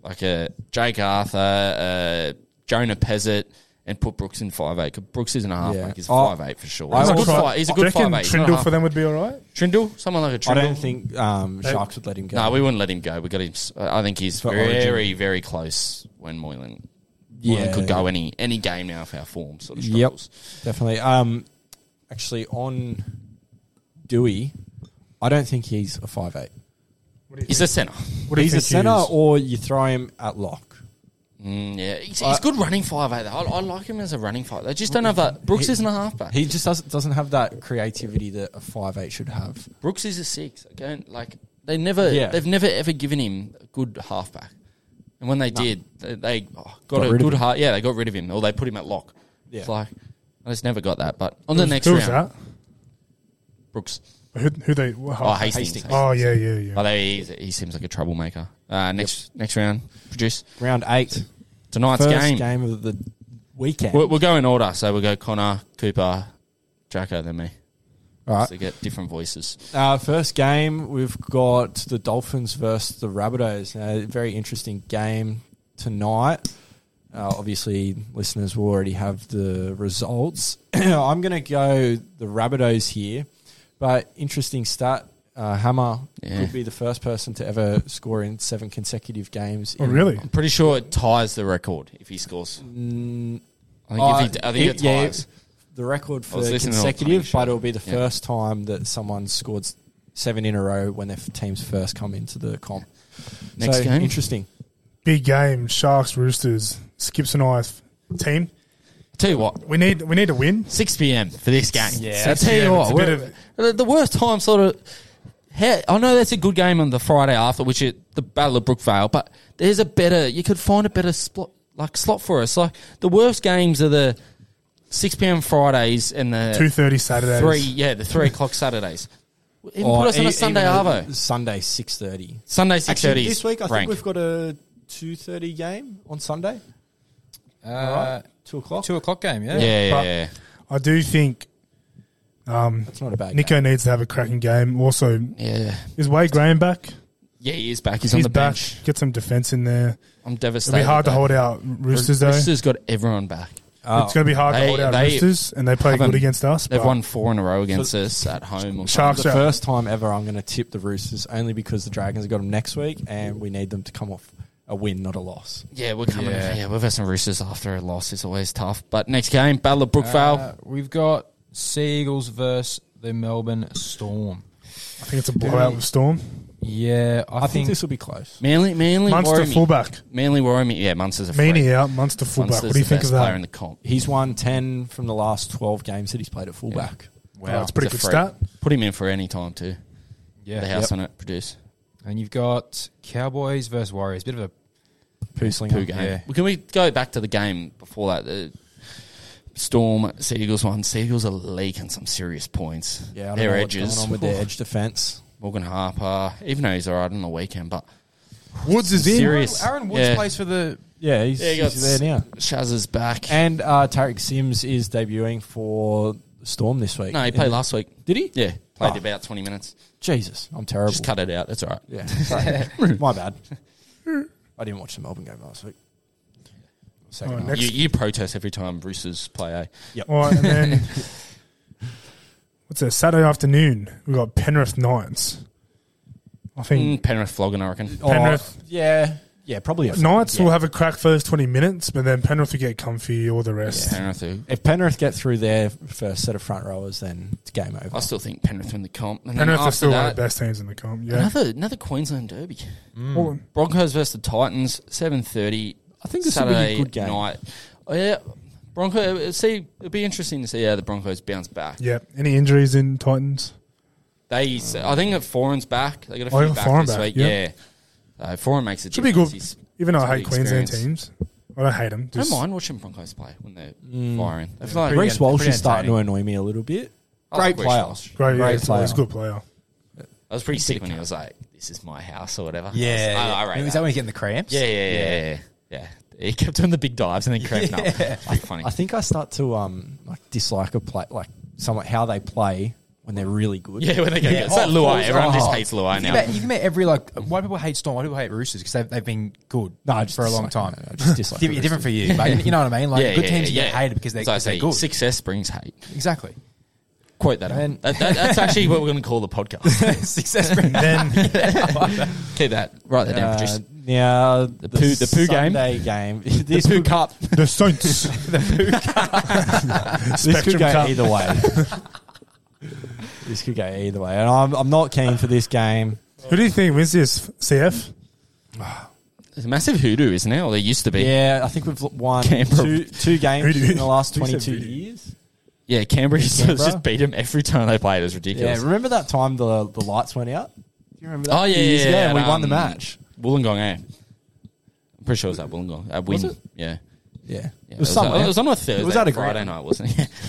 A: like a Jake Arthur, uh, Jonah Pezzett, and put Brooks in five eight. Brooks isn't a halfback;
D: Yeah.
A: he's a
D: Oh,
A: five eight for sure.
D: I
A: He's a good
D: also-
A: five. He's
C: Do
A: a
C: you
A: good
C: reckon
A: five eight. Uh-huh.
C: Trindle for them would be all right.
A: Trindle, someone like a Trindle.
D: I don't think um, Sharks would let him go.
A: No, we wouldn't let him go. We got him. s- I think he's
D: For
A: very,
D: Origin.
A: very close when Moylan.
D: Yeah.
A: Moylan could go any any game now if our form sort of
D: Yep,
A: struggles.
D: definitely. Um, actually, on Dewey, I don't think he's a five eight.
C: What do you
A: He's a
C: think?
A: centre.
C: What do you
D: He's a
C: think he
D: centre,
C: is?
D: or you throw him at lock.
A: Mm, yeah, he's,
D: I-
A: he's good running five eight. I, I like him as a running five. They just don't have that. Brooks isn't a halfback.
D: He just doesn't doesn't have that creativity that a five eight should have.
A: Brooks is a six. Again, like they never,
D: Yeah.
A: they've never ever given him a good halfback. And when they did, they, they oh, got,
D: Got
A: a
D: rid of
A: good
D: him.
A: half. Yeah, they got rid of him, or they put him at lock.
D: Yeah.
A: It's like I just never got that. But
C: Who
A: on the
C: was-
A: next
C: who
A: round,
C: was that?
A: Brooks.
C: Who, who they? Oh,
A: Oh, Hastings.
B: Hastings.
C: Oh yeah, yeah, yeah.
A: Although he, he seems like a troublemaker. Uh, next next round, produce
D: Round eight.
A: tonight's
D: first
A: game.
D: game of the weekend.
A: We'll, we'll go in order. So we'll go Connor, Cooper, Jacko, then me.
D: All right.
A: So get different voices.
D: Our Uh, first game, we've got the Dolphins versus the Rabbitohs. Now, a very interesting game tonight. Uh, obviously, listeners will already have the results. I'm going to go the Rabbitohs here, but interesting stat. Uh, Hammer
A: Yeah.
D: could be the first person to ever score in seven consecutive games.
C: Oh
D: in-
C: really?
A: I'm pretty sure it ties the record if he scores.
D: Mm,
A: I think, if he, I think it,
D: yeah,
A: ties.
D: the record for
A: was listening to a
D: consecutive,
A: funny
D: but
A: show.
D: it'll be the
A: Yeah.
D: first time that someone scored s- seven in a row when their f- teams first come into the comp.
A: Next
D: so,
A: game.
D: interesting.
C: Big game. Sharks, Roosters, Skips and I team.
A: Tell you what,
C: We need we need a win.
A: 6 p.m. for this game.
B: Yeah.
A: So I
C: 6
A: tell you
C: p.m., it's
A: what,
C: a bit
A: we're- the- the worst time sort of. How, I know that's a good game on the Friday after, which is the Battle of Brookvale, but there's a better. You could find a better slot, like slot for us. Like the worst games are the 6 p.m. Fridays and the
C: Two thirty Saturdays. Oh,
A: three, yeah, the three o'clock Saturdays. Even
D: Or
A: put us on
D: e-
A: a Sunday
D: even a
A: arvo.
D: Sunday six thirty.
A: Sunday six
D: Actually,
A: thirty.
D: this week I
A: rank.
D: think we've got a two thirty game on Sunday. All right,
B: Uh,
D: two o'clock.
B: two o'clock game. Yeah.
A: yeah, yeah,
C: but-
A: yeah.
C: I do think um,
D: That's not a bad.
C: Nico needs to have a cracking game. Also,
A: yeah.
C: is Wade Graham back?
A: Yeah, he is back. He's,
C: He's
A: on the
C: back.
A: bench.
C: Get some defense in there.
A: I'm
C: It'll
A: devastated.
C: be hard to
A: though.
C: hold out Roosters though.
A: Roosters got everyone back.
D: game.
C: It's going to be hard
A: Oh, They-
C: to hold out
A: they
C: Roosters, and they play
A: haven't-
C: good against us.
A: They've
C: but
A: won four in a row against us at home. Or something.
C: Sharks
D: the
C: are
D: first time ever I'm going to tip the Roosters only because the Dragons have got them next week and we need them to come off a win, not a loss.
A: Yeah, we're coming.
B: Yeah.
A: Yeah. we've had some Roosters after a loss. It's always tough. But next game, Battle of Brookvale.
B: Uh, we've got Seagulls versus the Melbourne Storm.
C: I think it's a blowout with Storm.
B: Yeah, I,
D: I think
B: think,
D: this will be close.
A: Manly, Manly,
C: Munster
A: Warrior.
C: fullback.
A: Manly, Warrior. Yeah, Munster's a freak.
C: Meany out, Munster fullback.
A: Munster's
C: what do you
A: the
C: think
A: best
C: of
A: Player in
C: that?
A: the comp.
D: He's won 10 from the last 12 games that he's played at
C: Wow,
D: fullback. Oh,
B: wow.
C: Oh, it's a pretty
A: He's
C: good
A: a freak.
C: start.
A: Put him in for any time too.
B: yeah,
A: the house
B: yep.
A: on it. Produce.
B: and you've got Cowboys versus Warriors. Bit of a
D: Poosling.
A: poo game.
B: Yeah.
A: Well, can we go back to the game before that? The Storm Seagulls one. Seagulls are leaking some serious points.
D: Yeah, I don't
A: their
D: know
A: edges.
D: what's going on with their edge defence.
A: Morgan Harper, even though he's all right on the weekend, but
C: Woods is in.
A: serious.
B: Aaron Woods
A: yeah.
B: plays for the.
D: Yeah, he's,
A: Yeah, he got
D: he's there now.
A: Shaz is back.
D: And uh, Tarek Sims is debuting for Storm this week.
A: no, he
D: In-
A: played last week.
D: Did he?
A: Yeah, played
D: Oh.
A: about twenty minutes.
D: Jesus, I'm terrible.
A: Just cut it out. That's all right.
D: Yeah, sorry. my bad. I didn't watch the Melbourne game last week. Second
C: Alright,
D: half.
C: Next-
A: You, you protest every time Roosters play. Eh?
C: All right, and then what's it? Saturday afternoon, we got Penrith Knights. I think
A: Mm, Penrith flogging, I reckon.
C: Penrith-
D: Oh, yeah, yeah, probably a
C: Knights
D: yeah.
C: will have a crack first twenty minutes, but then Penrith will get comfy. All the rest.
A: Penrith. Who,
D: If Penrith get through their first set of front rowers, then it's game over.
A: I still think Penrith win the comp. And then
C: Penrith are
A: after
C: still one
A: that,
C: of the best teams in the comp. Yeah,
A: another another Queensland derby.
C: Well,
A: Broncos versus the Titans, seven thirty.
D: I think this will be a
A: Saturday
D: good game.
A: night. Oh, yeah, Broncos. See, it'll be interesting to see how the Broncos bounce back.
C: yeah. Any injuries in Titans?
A: They, I think that Foreign's back. They got a few
C: Oh, yeah,
A: back
C: Foreign
A: this
C: back,
A: week.
C: yeah.
A: Yeah, uh, Foreign makes it.
C: Should be good. Even though I hate
A: It's a good
C: Queensland
A: experience.
C: teams, I don't hate them.
A: I don't
C: Just
A: mind watching Broncos play when they're
D: Mm.
A: firing. They feel like-
B: Pretty-
D: Reece Walsh
B: pretty
D: is starting to annoy me a little bit.
A: I like
D: Great
A: Reece
D: player.
A: Oh, Walsh.
C: great.
D: Great
C: yeah, it's always a
D: player.
C: good player.
A: I was pretty sick when he was like, "This is my house" or whatever. I was- I, I,
B: yeah.
A: rate
B: is
A: that.
B: that when he's getting the cramps?
A: yeah, yeah, yeah, yeah, yeah, yeah. He kept doing the big dives and then cramped up. Pretty funny.
D: I think I start to um like dislike a play like somewhat how they play when they're really good.
A: yeah, when they go,
B: Yeah.
A: it's that
B: Oh,
A: Luai.
B: oh.
A: Everyone just hates Luai
B: You
A: now.
B: can, bet, you can bet every like why people hate Storm, why people hate Roosters because they've, they've been good
D: No, I just
B: for a long
D: dislike
B: time.
D: them. I just dislike
B: Different-
D: the
B: different for you, but you know what I mean. Like good teams get hated because they're,
A: As I
B: because they're
A: say,
B: good.
A: Success brings hate.
B: Exactly.
A: Quote that.
B: And-
A: out. that, that that's actually what we're going to call the podcast.
B: Success. brings-
C: Then
A: Keep that. Write that down,
D: Uh,
A: producer.
D: now the,
A: poo- the poo game.
D: Sunday game. this could,
A: cup.
C: the Saints.
D: this could
C: Spectrum
D: go
C: Cup.
D: either way. this could go either way, and I'm I'm not keen for this game.
C: Who do you think wins this? CF.
A: There's a massive hoodoo, isn't there? Or there used to be. Yeah,
D: Yeah, I think we've won
A: Canberra.
D: two, two
C: Who
D: games
C: do you-
D: in the last
C: Who said
D: 22
C: Voodoo?
D: years.
A: Canberra used to
D: Canberra?
A: just beat them every time they played. It was
D: Yeah,
A: ridiculous.
D: remember that time the the lights went out? Do you remember that?
A: Oh, yeah,
D: Years
A: yeah,
D: ago,
A: yeah,
D: and we
A: and,
D: won the
A: um,
D: match.
A: Wollongong, eh? I'm pretty sure it was at Wollongong. At Wynn.
D: Was it?
A: Yeah.
D: Yeah,
A: Yeah,
D: it was somewhere.
A: it was on a Thursday.
D: at
A: Friday
D: a ground.
A: night, wasn't it?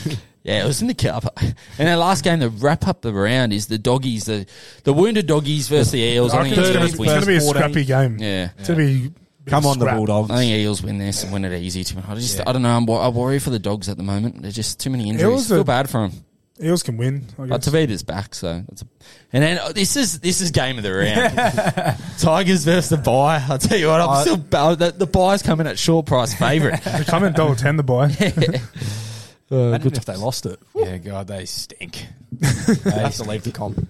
A: Yeah, it was in the car park. And our last game to wrap up the round is the doggies, the the wounded doggies versus the Eels. I
C: I
A: think
C: reckon it's gonna-
A: Eels
C: it's going to be
A: win.
C: a scrappy game.
A: Yeah.
C: It's going to be. a bit
D: Come
C: of
D: on, the
C: scrap.
D: Bulldogs.
A: I think Eels win this and win it easy too. I just I don't know. I'm, wo- I worry for the dogs at the moment. There's just too many injuries.
C: Eels
A: feel
C: are-
A: bad for them.
C: Eels can win. I
A: But
C: guess.
A: Tavita's back, so that's a, and then oh, this is this is game of the round. Tigers versus the buy. I'll tell you what, I'm
D: I-
A: still ba- the, the buy's coming at short price favourite.
C: They come in double ten the buy.
D: Uh,
B: Imagine
D: good
B: if
D: if they lost it.
B: Yeah, God, they stink.
D: They have to leave the comp.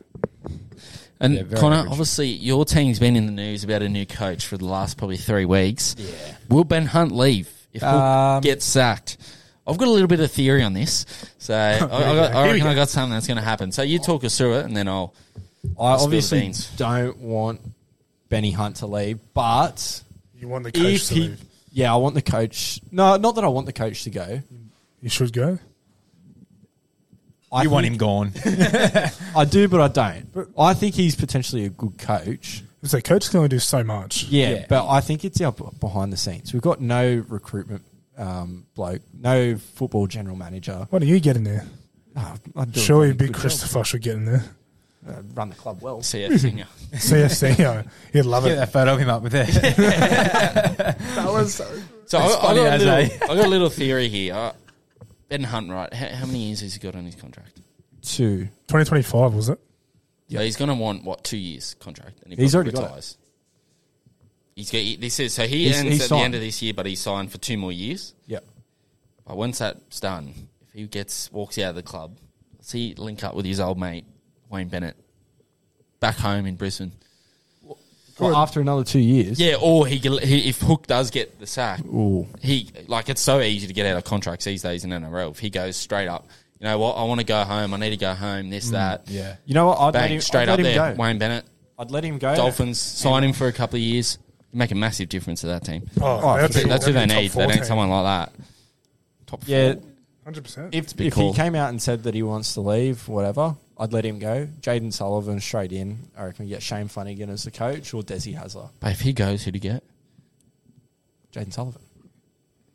A: And
B: Yeah, very
A: Connor,
B: average.
A: obviously, your team's been in the news about a new coach for the last probably three weeks. Yeah. Will Ben Hunt leave if Hook
D: Um,
A: gets sacked? I've got a little bit of theory on this, so I, I, got, I
C: Here we
A: reckon
C: go.
A: I got something that's going to happen. So you talk us through it, and then I'll.
D: I
A: the
D: obviously
A: beans.
D: don't want Benny Hunt to leave, but
C: You want the coach
D: if
C: to
D: he,
C: leave.
D: yeah, I want the coach. No, not that I want the coach to go.
C: You should go.
D: I
B: you want
D: think-
B: him gone.
D: I do, but I don't. I think he's potentially a good coach.
C: Because the coach can only do so much.
D: Yeah,
B: Yeah.
D: but I think it's our b- behind the scenes. We've got no recruitment um, bloke, no football general manager.
C: What are you getting there?
D: Oh, I'd do a
C: Surely
D: bloody
C: Big
D: good
C: Christopher should get in there.
D: job. Uh, run the club well.
A: See it, Singer.
C: CFC, yeah, he'd love
B: Get
C: it.
B: that photo of him up with there.
A: So I, I got
B: funny
A: a
B: as
A: little,
B: eh?
A: I got a little theory here. Uh, ben Hunt, right? How, how many years has he got on his contract?
D: Two.
C: Twenty twenty five was it?
A: So he's going to want what two years contract, and he
D: He's
A: probably
D: already got it.
A: retires. He's got, he- this is so he
D: He's-
A: ends
D: he's
A: at the
D: signed.
A: end of this year, but he signed for two more years.
D: Yeah.
A: But once that's done, if he gets walks out of the club, let's he link up with his old mate Wayne Bennett back home in Brisbane.
D: Well, after another two years.
A: Yeah, or he, can- he if Hook does get the sack,
D: Ooh.
A: he like it's so easy to get out of contracts these days in NRL. If he goes straight up, you know what? I want to go home. I need to go home. This that.
B: yeah.
D: You know what? Mm, I'd let
A: Bang,
D: him,
A: straight
D: I'd
A: up
D: let him
A: there.
D: go.
A: Wayne Bennett,
D: I'd let him go.
A: Dolphins, sign him for a couple of years. Make a massive difference to that team.
C: Oh,
D: for sure.
A: That's who they need. They need someone like that. Top
D: Yeah.
C: Hundred percent.
D: If,
A: big
D: if
A: call.
D: he came out and said that he wants to leave, whatever, I'd let him go. Jaden Sullivan straight in. I reckon we get Shane Flanagan as the coach or Desi Hazler.
A: But if he goes, who do you get?
D: Jaden Sullivan.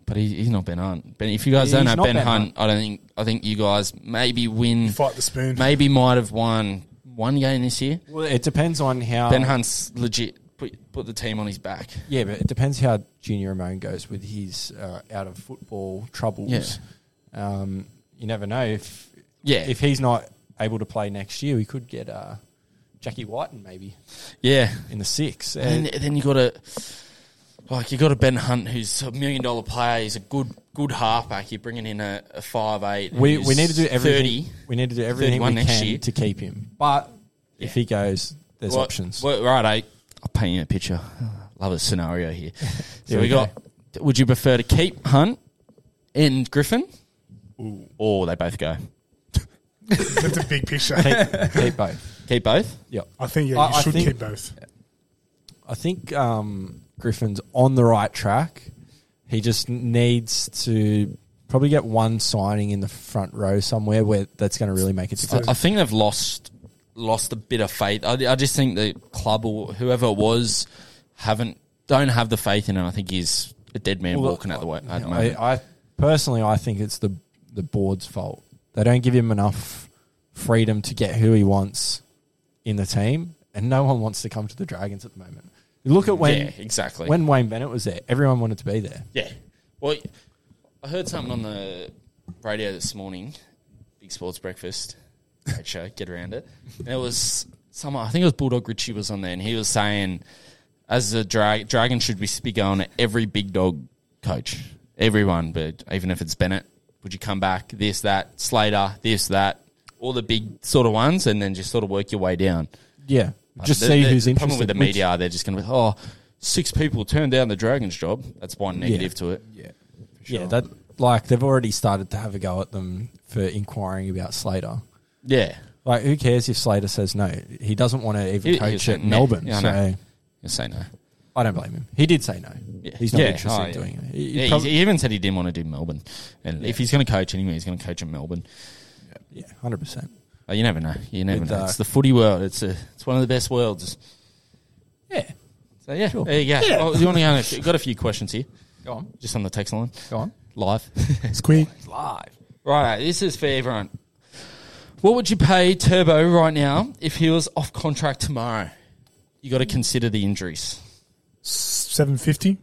A: But he, he's not Ben Hunt. Ben, if you guys don't
D: He's
A: know
D: not
A: Ben,
D: Ben
A: Hunt, I don't think I think you guys maybe win,
C: Fight the spoon.
A: maybe might have won one game this year.
D: Well, it depends on how.
A: ben Hunt's legit put put the team on his back.
D: Yeah, but it depends how Junior Ramon goes with his uh, out of football troubles. Um, you never know if
A: Yeah,
D: if he's not able to play next year, we could get uh, Jackie Whiten maybe
A: yeah.
D: in the six.
A: And
D: And
A: then, then you got a like you got a Ben Hunt who's a million dollar player. He's a good good halfback. You're bringing in a, a five eight.
D: we, we need to do everything.
A: 30.
D: we need to do everything
A: 31
D: we
A: next
D: can
A: year.
D: to keep him. But if he goes, there's
A: Well,
D: options.
A: well, right, eh? I'll paint you a picture. Love a scenario here. so
D: Here
A: we,
D: we
A: got. Would you prefer to keep Hunt and Griffin, or they both go?
C: That's a big picture.
D: keep, keep both.
A: Keep both.
D: Yep.
C: I think yeah, you
D: I- I
C: should
D: think-
C: keep both.
D: I think um, Griffin's on the right track. He just needs to probably get one signing in the front row somewhere where that's going to really make a
A: I,
D: difference.
A: I think they've lost lost a bit of faith. I, I just think the club or whoever it was haven't don't have the faith in him. I think he's a dead man
D: Well,
A: walking out the way. At the moment.
D: I, I personally, I think it's the the board's fault. They don't give him enough freedom to get who he wants in the team, and no one wants to come to the Dragons at the moment. Look at when
A: yeah, exactly.
D: when Wayne Bennett was there; everyone wanted to be there.
A: Yeah. Well, I heard something on the radio this morning, Big Sports Breakfast, great show, get around it. And it was someone, I think it was Bulldog Richie was on there, and he was saying, as a drag, Dragon should be be going to every big dog coach, everyone, but even if it's Bennett, would you come back, this, that, Slater, this, that, all the big sort of ones, and then just sort of work your way down.
D: Yeah, just
A: The-
D: see
A: the
D: who's interested.
A: Problem with the
D: which-
A: media, they're just going to be, oh, six people turned down the Dragons job. That's one negative to it.
B: yeah. for
D: Yeah,
B: sure.
D: that like they've already started to have a go at them for inquiring about Slater.
A: Yeah.
D: Like, who cares if Slater says no? He doesn't want to even
A: He-
D: coach
A: he's-
D: at
A: yeah,
D: Melbourne.
A: yeah, I
D: so
A: know. You say no.
D: I don't blame him. He did say no.
A: Yeah.
D: He's not
A: Yeah,
D: interested
A: oh,
D: in
A: yeah.
D: doing it. He- he
A: Yeah, he's-
D: prob-
A: he even said he didn't want to do Melbourne. And if he's going to coach anyway, he's going to coach in Melbourne.
D: yeah, hundred percent.
A: Oh, you never know. You never
D: With,
A: know.
D: uh,
A: it's the footy world. It's a, it's one of the best worlds.
D: Yeah,
A: So yeah,
D: Sure.
A: there you go.
D: Yeah.
A: Well, do you want to go? on a- Got a few questions here,
D: go on,
A: just on the text line
D: go on.
A: live.
C: Squeak.
D: It's live.
A: Right, this is for everyone. What would you pay Turbo right now if he was off contract tomorrow? You got to consider the injuries.
C: Seven fifty.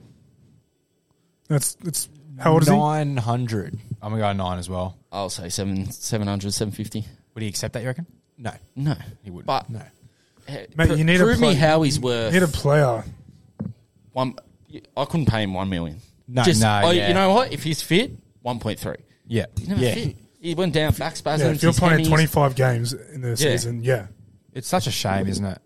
C: That's that's how old is he?
D: Nine hundred.
B: I'm gonna go nine as well.
A: I'll say seven, 700, 750.
B: Would he accept that? You reckon?
D: No,
A: No,
B: He wouldn't.
A: But
D: no.
A: eh,
C: Mate,
A: pr-
C: you need a
A: prove me
C: plug-
A: how he's
C: He had a
A: worth.
C: player.
A: One, I couldn't pay him one million.
B: No,
A: Just,
B: no,
A: oh,
B: yeah.
A: You know what? If he's fit, one point three.
B: Yeah,
A: He's never
B: yeah.
A: fit. He went down back spasms.
C: Yeah, if you're
A: his
C: playing
A: hemis.
C: twenty five games in the season, yeah.
B: It's such a shame, isn't it?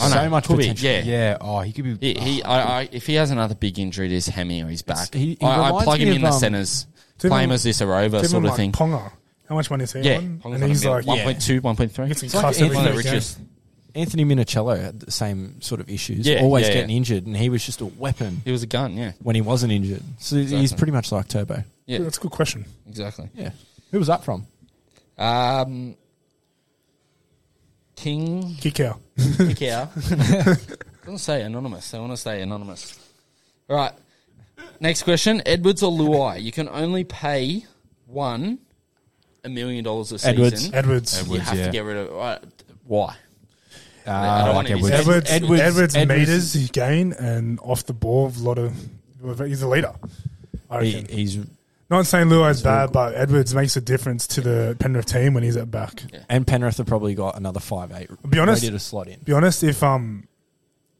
A: I know,
B: so much
A: could be,
B: potential.
A: yeah.
B: yeah. Oh, he could be.
A: He, he I, I, if he has another big injury to his hemi or his back,
D: he- he
A: I, I
D: reminds
A: plug him
D: me
A: in
D: of,
A: the
D: um,
A: centres,
C: Tim-
A: play him as this Arova
C: Give
A: sort
C: him
A: of
C: like
A: thing.
C: Ponga. How much money is he
A: yeah,
C: on?
A: Ponga's
C: And
A: on a
C: he's
A: mil-
C: like, yeah,
A: 1.2
C: gets in
A: yeah.
D: like
C: cuffs every
A: One of the
C: third game.
A: richest.
D: Anthony Minicello had the same sort of issues.
A: Yeah,
D: always
A: yeah,
D: getting
A: yeah.
D: injured, and he was just a weapon
A: He was a gun. Yeah,
D: when he wasn't injured. So he's
A: Exactly.
D: pretty much like Turbo.
A: yeah,
C: That's a good question.
A: exactly.
D: Yeah. Who was that from?
A: Um, King
C: Kick out.
A: Cow. Doesn't say anonymous. I want to say anonymous. All right. Next question: Edwards or Luai? You can only pay one a million dollars a season.
D: Edwards.
C: Edwards.
A: You have
B: yeah.
A: to get rid of uh, why?
B: Uh,
A: I don't want him.
B: like Edwards.
C: Edwards,
D: Ah, Edwards-
C: Edwards,
D: Edwards-
C: meters he gain and off the ball, a lot of he's a leader. I
D: He,
C: reckon.
D: he's
C: Not saying Luai's bad, but Edwards makes a difference to the Penrith team when he's at back.
D: and Penrith have probably got another five eight.
C: be honest-
D: ready to slot in.
C: Be honest, if um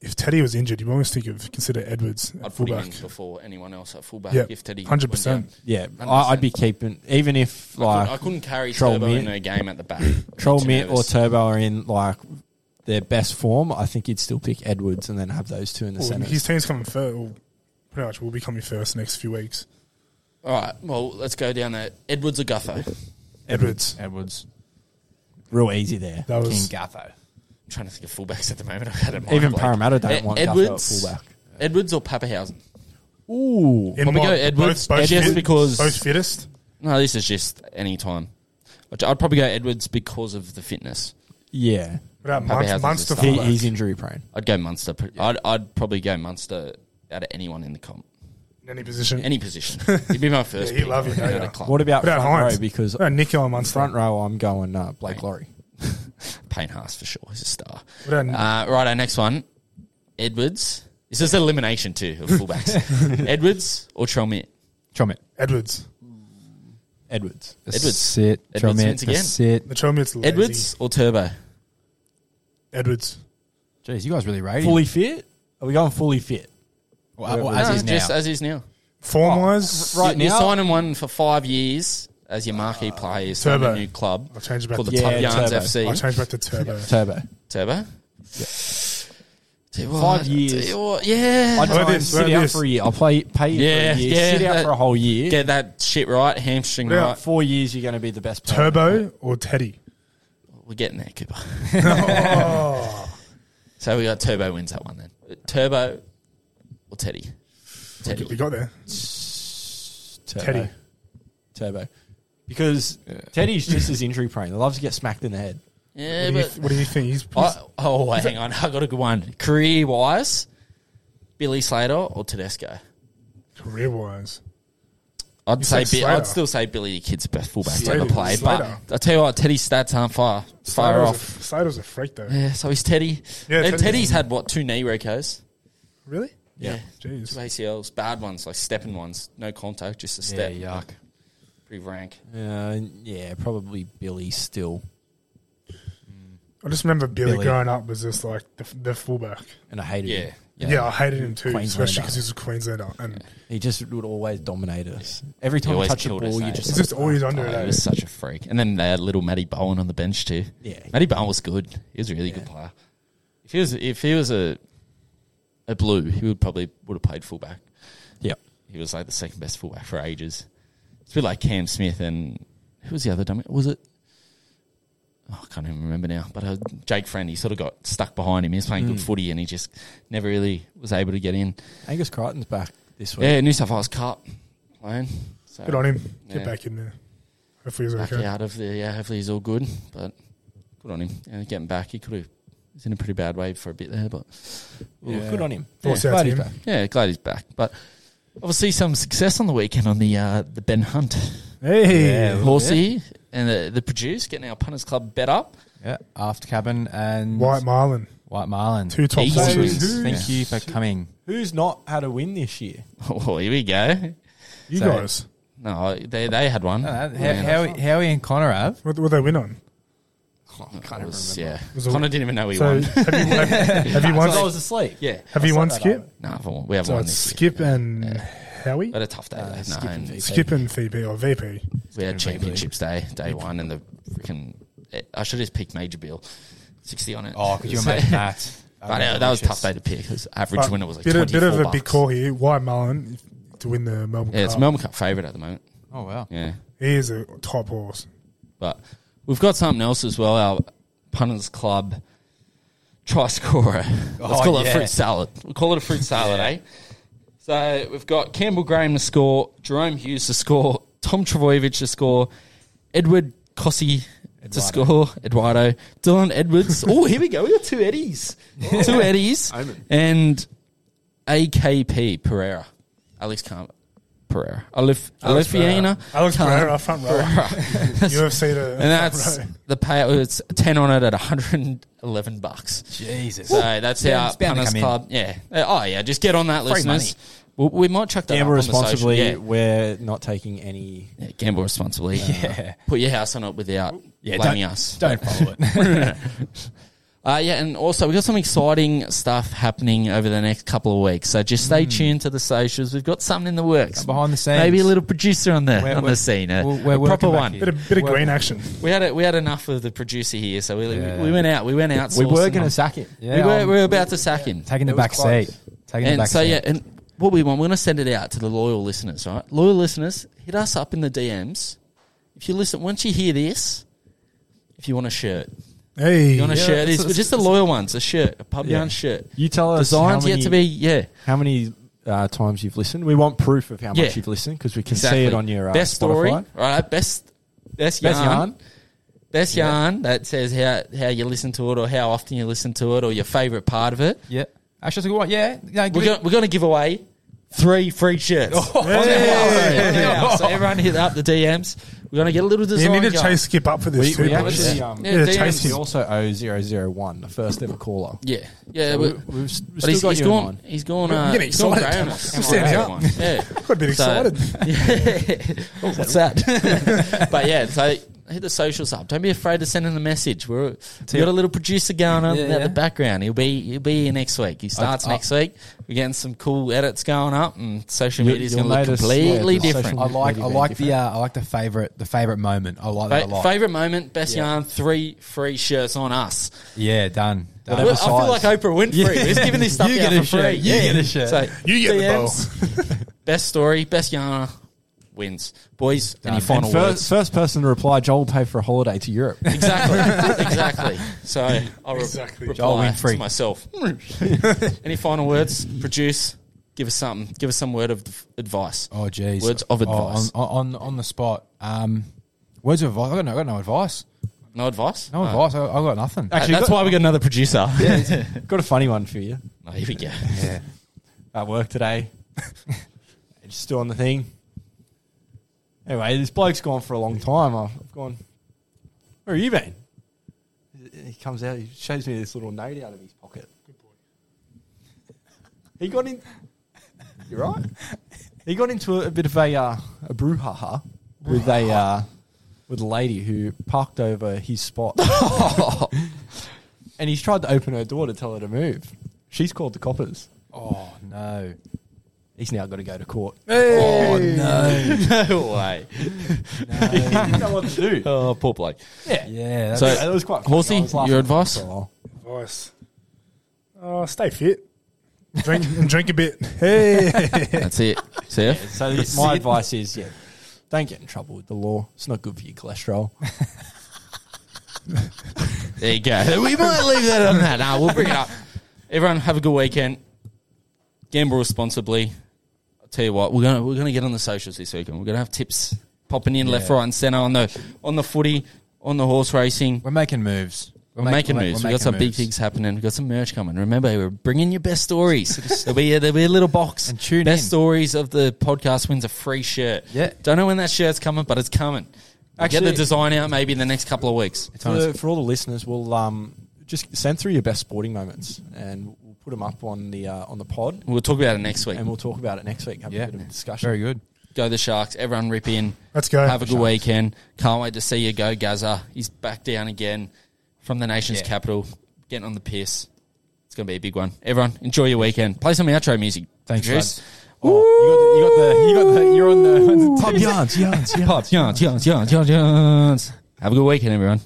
C: if Teddy was injured, you almost think of consider Edwards at
A: I'd put him
C: fullback.
A: in before anyone else at fullback.
C: Yeah,
A: if Teddy went
C: hundred percent.
A: down.
D: Yeah, I, I'd be keeping even if
A: I,
D: like
A: could, I couldn't carry
D: Troll
A: Turbo
D: Mir-
A: in a game at the back.
D: Troll
A: Too
D: Mitt or
A: nervous.
D: Turbo are in like their best form, I think you'd still pick Edwards and then have those two in the
C: Well,
D: centre.
C: his team's coming first. Well, pretty much, will be coming first next few weeks.
A: All right. Well, let's go down there. Edwards or Gutho?
C: Edwards.
B: Edwards.
D: Real easy there.
C: That
B: King
C: was
B: Gatho.
A: I'm trying to think of fullbacks at the moment. I've had a mind
D: Even
A: blank.
D: Parramatta don't
A: Ed-
D: want
A: Edwards,
D: Edwards at fullback.
A: Edwards or Pappenhausen?
D: Ooh,
C: in
A: Probably
C: my-
A: go Edwards, just because-
C: both fittest.
A: No, this is just any time. I'd I'd probably go Edwards because of the fitness.
D: yeah,
C: Without
A: Probably
C: Munster,
A: has
C: Munster
A: his own
D: he,
C: fullback.
D: he's injury prone.
A: I'd go Munster. pr- I'd, I'd probably go Munster out of anyone in the comp,
C: in any position.
A: any position. He'd be my first.
C: Yeah, you
A: pick
C: love him,
A: out
C: don't
A: of
C: you?
A: club.
D: What about
C: Without
D: front
C: Hines.
D: row? Because
C: no, Nico and Munster.
D: front row, I'm going uh, Blake Laurie.
A: Payne Haas for sure. He's a star.
C: What a-
A: Uh, right, our next one. Edwards. This is elimination too of fullbacks. Edwards or Trelmit?
B: Chomit.
C: Edwards.
D: Edwards.
A: Edwards.
B: Sit.
A: Edwards
B: Chomit.
A: wins again.
B: Sit.
C: The Chomits. lazy.
A: Edwards or Turbo?
C: Edwards.
B: Jeez, you guys really rate him.
D: Fully fit? Are we going fully fit?
B: Well, well,
A: No,
B: as is
A: just
B: now.
A: as is now.
C: Form wise,
D: Right
A: you,
D: now-
A: you're signing one for five years as your marquee player. You're signing
C: Turbo.
A: a new club
C: I'll change it back
A: called
C: to
A: the Top
D: Yeah,
A: Yarns
D: Turbo.
C: I'll
A: FC.
C: change back to Turbo.
D: Turbo.
A: Turbo. Tell you what,
D: Five
A: tell you
D: years.
A: what, er yeah.
D: I'd
C: Where
D: try and
C: this-
D: sit
C: where
D: out
C: this?
D: for a year. I'll play, pay you
A: Yeah,
D: for a year,
A: yeah,
D: sit out
A: that-
D: for a whole year.
A: Get that shit right, hamstring
C: Yeah.
A: right.
D: Four years, you're going to be the best player.
C: Turbo or Teddy?
A: We're getting there, Cooper.
C: Oh.
A: so we got Turbo wins that one then. Turbo or Teddy?
C: We
A: Teddy.
C: got there.
D: Turbo.
C: Teddy.
D: Turbo. Because Teddy's just as injury prone. He loves to get smacked in the head.
A: Yeah,
C: What do you,
A: but
C: what do you think? He's,
A: I, oh wait, hang on, I got a good one. Career wise, Billy Slater or Tedesco?
C: career wise.
A: I'd
C: You
A: say
C: said
A: Bi- I'd
C: Slater.
A: still say Billy the Kid's best fullback to
C: Slater-
A: ever played.
C: Slater.
A: But I tell you what, Teddy's stats aren't far far
C: Slater's
A: off.
C: A, Slater's a freak though.
A: Yeah, so he's Teddy.
C: Yeah,
A: Yeah,
C: Teddy's-
A: Teddy's had what two knee recos?
C: Really?
A: Yeah. Two
C: Jeez.
A: ACLs, bad ones like stepping ones, no contact, just a step.
B: Yeah, yuck.
A: Pretty rank.
D: Uh, yeah, probably Billy still.
C: I just remember Billy,
B: Billy.
C: growing up was just like the, the fullback.
D: And I hated
A: Yeah,
D: him.
C: Yeah, I hated him too, especially
D: Queenslander.
C: because he's a Queenslander. And
D: He just would always dominate us. Every
A: He
D: time you
A: always
D: touch the
A: killed
D: ball,
A: us, eh?
D: you just.
C: he's just always under
A: Oh,
C: it.
A: he
C: eh?
A: was such a freak. And then they had little Matty Bowen on the bench too.
D: Yeah.
A: Matty Bowen was good. He was a really good player. If he was if he was a a blue, he would probably would have played fullback.
D: Yeah.
A: He was like the second best fullback for ages. It's a bit like Cam Smith and who was the other dummy? Was it? Oh, I can't even remember now. But uh, Jake Friend, he sort of got stuck behind him. He was playing
C: Hmm.
A: good footy and he just never really was able to get in.
D: Angus Crichton's back this week.
A: Yeah, New South Wales Cup playing. So
C: Good on him. Get
A: Yeah.
C: back in there. Hopefully he's
A: back
C: okay.
A: out of there. Yeah, hopefully he's all good. But good on him. Yeah, getting back, he could have. He's in a pretty bad way for a bit there, but
D: Ooh, Good on him.
C: Force out
D: Glad
C: to him.
D: he's back.
A: yeah, glad he's back. But obviously, some success on the weekend on the uh, the Ben Hunt
C: Hey,
A: Horsey and the, the produce getting our punters club bet up.
B: Yeah, aft cabin and
C: White Marlin,
B: White Marlin.
C: two top
A: Easy.
C: players.
D: Who-
B: Thank you for coming.
D: Who's not had a win this year?
A: Oh, here we go.
C: You
B: So-
C: guys,
A: No, they they had one.
B: Uh, How
A: Yeah.
B: Howie, Howie and Connor have.
C: what what they win on?
D: I can't
A: It was- yeah,
C: Was it-
A: Connor didn't even know we
C: So
A: won.
C: have you have, have you
D: I
C: won?
D: was asleep.
A: Yeah,
C: Have you
D: I
C: won
D: saw that
C: Skip?
A: no, I've won- we have
C: So
A: won
C: it's
A: this. year.
C: Skip Uh, and Howie,
A: We had a tough day. though. no,
D: Skip and
A: and
D: VP.
C: Skip and VP or VP.
A: we had
B: and
A: championships day, day one, and the freaking. I should have just picked Major Bill, sixty on it.
B: Oh, could you imagine that?
A: But uh, that was a tough day to pick. His average
C: But
A: winner was like
C: bit,
A: twenty-four
C: of, bit of a
A: bucks.
C: big call Uh, here. White Mullen to win the Melbourne
A: Yeah, it's
C: Cup.
A: Melbourne Cup favourite at the moment.
B: Oh wow.
A: Yeah,
C: He is a top horse.
A: But we've got something else as well. Our punters club try scorer. Let's
B: Oh,
A: call it
B: yeah.
A: a fruit salad. We'll call it a fruit salad, eh? So we've got Campbell Graham to score, Jerome Hughes to score, Tom Travojevic to score, Edward Cossey to score, Eduardo, Dylan Edwards. oh, here we go. We got two Eddies, two Eddies, and AKP Pereira, Alex Car- Pereira, Alif
C: Alex Pereira.
A: Alifiana.
C: Alex
A: Car-
C: Pereira, front row. UFC to
A: and that's
C: front row.
A: the payout. It's ten on it at 111 bucks.
B: Jesus.
A: So that's
B: Yeah,
A: our
B: it's bound to
A: punters
B: come in.
A: club. Yeah. Uh, Oh yeah. Just get on that,
B: Free
A: listeners. We, we might chuck that
D: Gamble
A: up on the social.
D: responsibly.
A: Yeah.
D: We're not taking any. uh,
A: Yeah, gamble responsibly. Uh,
B: Yeah.
A: Put your house on it without blaming us.
B: Don't follow it.
A: Uh, yeah, and also we've got some exciting stuff happening over the next couple of weeks. So just stay tuned to the socials. We've got something in the works.
B: Hmm. Come behind the scenes.
A: Maybe a little producer on the
B: We're-
A: on
B: we're-
A: the scene. A,
B: we're- we're
A: a proper
B: working back
A: one.
B: here.
C: Bit of, bit of
B: Well-
C: green action.
A: We had a, we had enough of the producer here, so we,
B: Yeah.
A: we, went out. We went out.
D: We were
A: sourcing
D: going
A: them.
D: to sack it.
B: Yeah,
A: we were,
B: I'm
A: we were about to sack him.
B: taking the
D: It was
B: back
D: close.
B: seat. Taking the
A: And
B: back
A: so
B: seat.
A: yeah, and what we want, we're gonna send it out to the loyal listeners, right? Loyal listeners, hit us up in the DMs. If you listen, once you hear this, if you want a shirt,
C: Hey,
A: you want a
D: Yeah,
A: shirt,
D: it's-
A: it's,
D: it's-
A: just the loyal ones, a shirt, a pub yarn
D: Yeah.
A: shirt,
D: You tell us
A: designed
D: how many,
A: yet to be, yeah,
D: how many uh, times you've listened. We want proof of how much
A: Yeah.
D: you've listened because we can
A: exactly.
D: see it on your uh,
A: best story,
D: Spotify.
A: right? Best best yarn,
D: Best yarn.
A: best yarn that says how how you listen to it or how often you listen to it or your favorite part of it.
B: yeah. Actually, it's a good one. Yeah. No,
A: We're
B: give
A: gonna,
B: it- Oh,
A: we're gonna give away three free shirts.
D: Oh,
A: Yeah, yeah, yeah. So everyone hit up the DMs. We're gonna get a little
C: you
A: design.
C: need to
A: going.
C: chase Skip up for this
D: We-
C: too.
D: we
C: boys.
D: actually, um,
A: Yeah,
C: yeah,
A: DMs.
C: chase
D: We
C: him.
D: also owe 001, the first ever caller.
A: Yeah, yeah.
D: So
A: we-
D: we- we've, we've
A: but
D: still
A: he's,
D: got
A: he's
D: you in
A: gone.
D: mind.
A: He's gone.
C: I'm
A: Uh,
C: getting
A: he's gone
C: excited.
A: grey on us.
C: I'm standing
A: Yeah.
C: up.
A: Yeah.
C: Got a bit excited.
A: oh, what's that? but yeah, so hit the socials up. Don't be afraid to send in a message. We're we got a little producer going on
B: Yeah,
A: in
B: yeah.
A: the background. He'll be he'll be here next week. He starts
B: I-
A: next week. We're getting some cool edits going up, and social
D: You-
A: media's
D: you'll
A: going to look
D: notice,
A: completely
D: yeah, the
A: different.
D: social-
B: I like I
D: Maybe
B: like
D: different.
B: the uh, I like the favorite the favorite moment. I like that a
A: Fa-
B: lot.
A: favorite moment, best yarn, three free shirts on us.
B: Yeah, done. done.
A: I feel like Oprah Winfrey.
B: Yeah.
A: We're just giving this stuff
B: You
A: out
B: get a
A: for free.
B: shirt. You
A: Yeah.
B: get a shirt.
A: So,
C: You get the
A: DMs, Best story, best yarn wins. Boys, uh, any
B: Done.
A: final
D: And first,
A: words?
D: first person to reply, Joel will pay for a holiday to Europe.
A: exactly, exactly. So I'll re-
C: Exactly.
A: reply
B: Joel Winfrey.
A: to myself. any final words? Produce. Give us something. Give us some word of advice.
B: Oh, jeez.
A: Words of
B: Oh,
A: advice.
B: on, on on the spot. Um, words of advice. I got no, I got no advice.
A: no advice. Oh.
B: No advice. I, I got nothing.
A: Actually, that's why we got another producer.
D: got a funny one for you.
A: Oh, here we go.
B: Yeah.
D: at work today. Just doing the thing. Anyway, this bloke's gone for a long time. I've I've gone, where have you been? He comes out, he shows me this little note out of his pocket. He got in. You're right. He got into a, a bit of a uh, a brouhaha with a uh, with a lady who parked over his spot, and he's tried to open her door to tell her to move. She's called the coppers.
B: Oh no.
D: He's now got to go to court.
A: no way.
D: didn't know what to do.
A: Oh, poor bloke.
D: Yeah.
B: Yeah. That's,
A: So-
D: it was quite funny.
A: Horsey,
D: I was laughing
A: your
D: at it
A: advice?
D: for a while.
C: Advice. Oh, stay fit. Drink and drink a bit. Hey,
A: That's it. Seth.
D: So this- my advice is, yeah, don't get in trouble with the law. It's not good for your cholesterol.
A: There you go. We might leave that on that. Nah, we'll bring it up. Everyone, have a good weekend. Gamble responsibly. I'll tell you what, we're gonna we're gonna get on the socials this weekend. We're gonna have tips popping in left,
B: Yeah.
A: right, and centre on the on the footy, on the horse racing.
B: we're making moves.
A: We're
B: Make-
A: making
B: we're-
A: moves.
B: we're
A: We've got
B: making
A: some big
B: moves.
A: things happening. We've got some merch coming. Remember, we're bringing your best stories. there'll, be a, there'll be a little box.
B: And tune
A: best
B: in.
A: stories of the podcast wins a free shirt.
B: Yeah.
A: Don't know when that shirt's coming, but it's coming. We'll get
D: Actually-
A: the design out maybe in the next couple of weeks.
B: on
D: For, for all the listeners, we'll um, just send through your best sporting moments, and we'll put them up on the uh, on the pod,
A: We'll talk about it next week.
D: and we'll talk about it next week. Have
B: Yeah.
D: a bit of a discussion.
B: Very good.
A: Go the Sharks. Everyone rip in.
C: Let's go.
A: Have a good weekend. Can't wait to see you go, Gaza. He's back down again from the nation's
B: Yeah.
A: capital, getting on the piss. It's going to be a big one. Everyone, enjoy your weekend. Play some outro music.
B: Thanks,
A: Produce.
B: lads. Oh, you got the, you got the, you got the, you're on the, on the top yards, yards,
A: Yards, yards, yards, yards, yards, yards. Have a good weekend, everyone.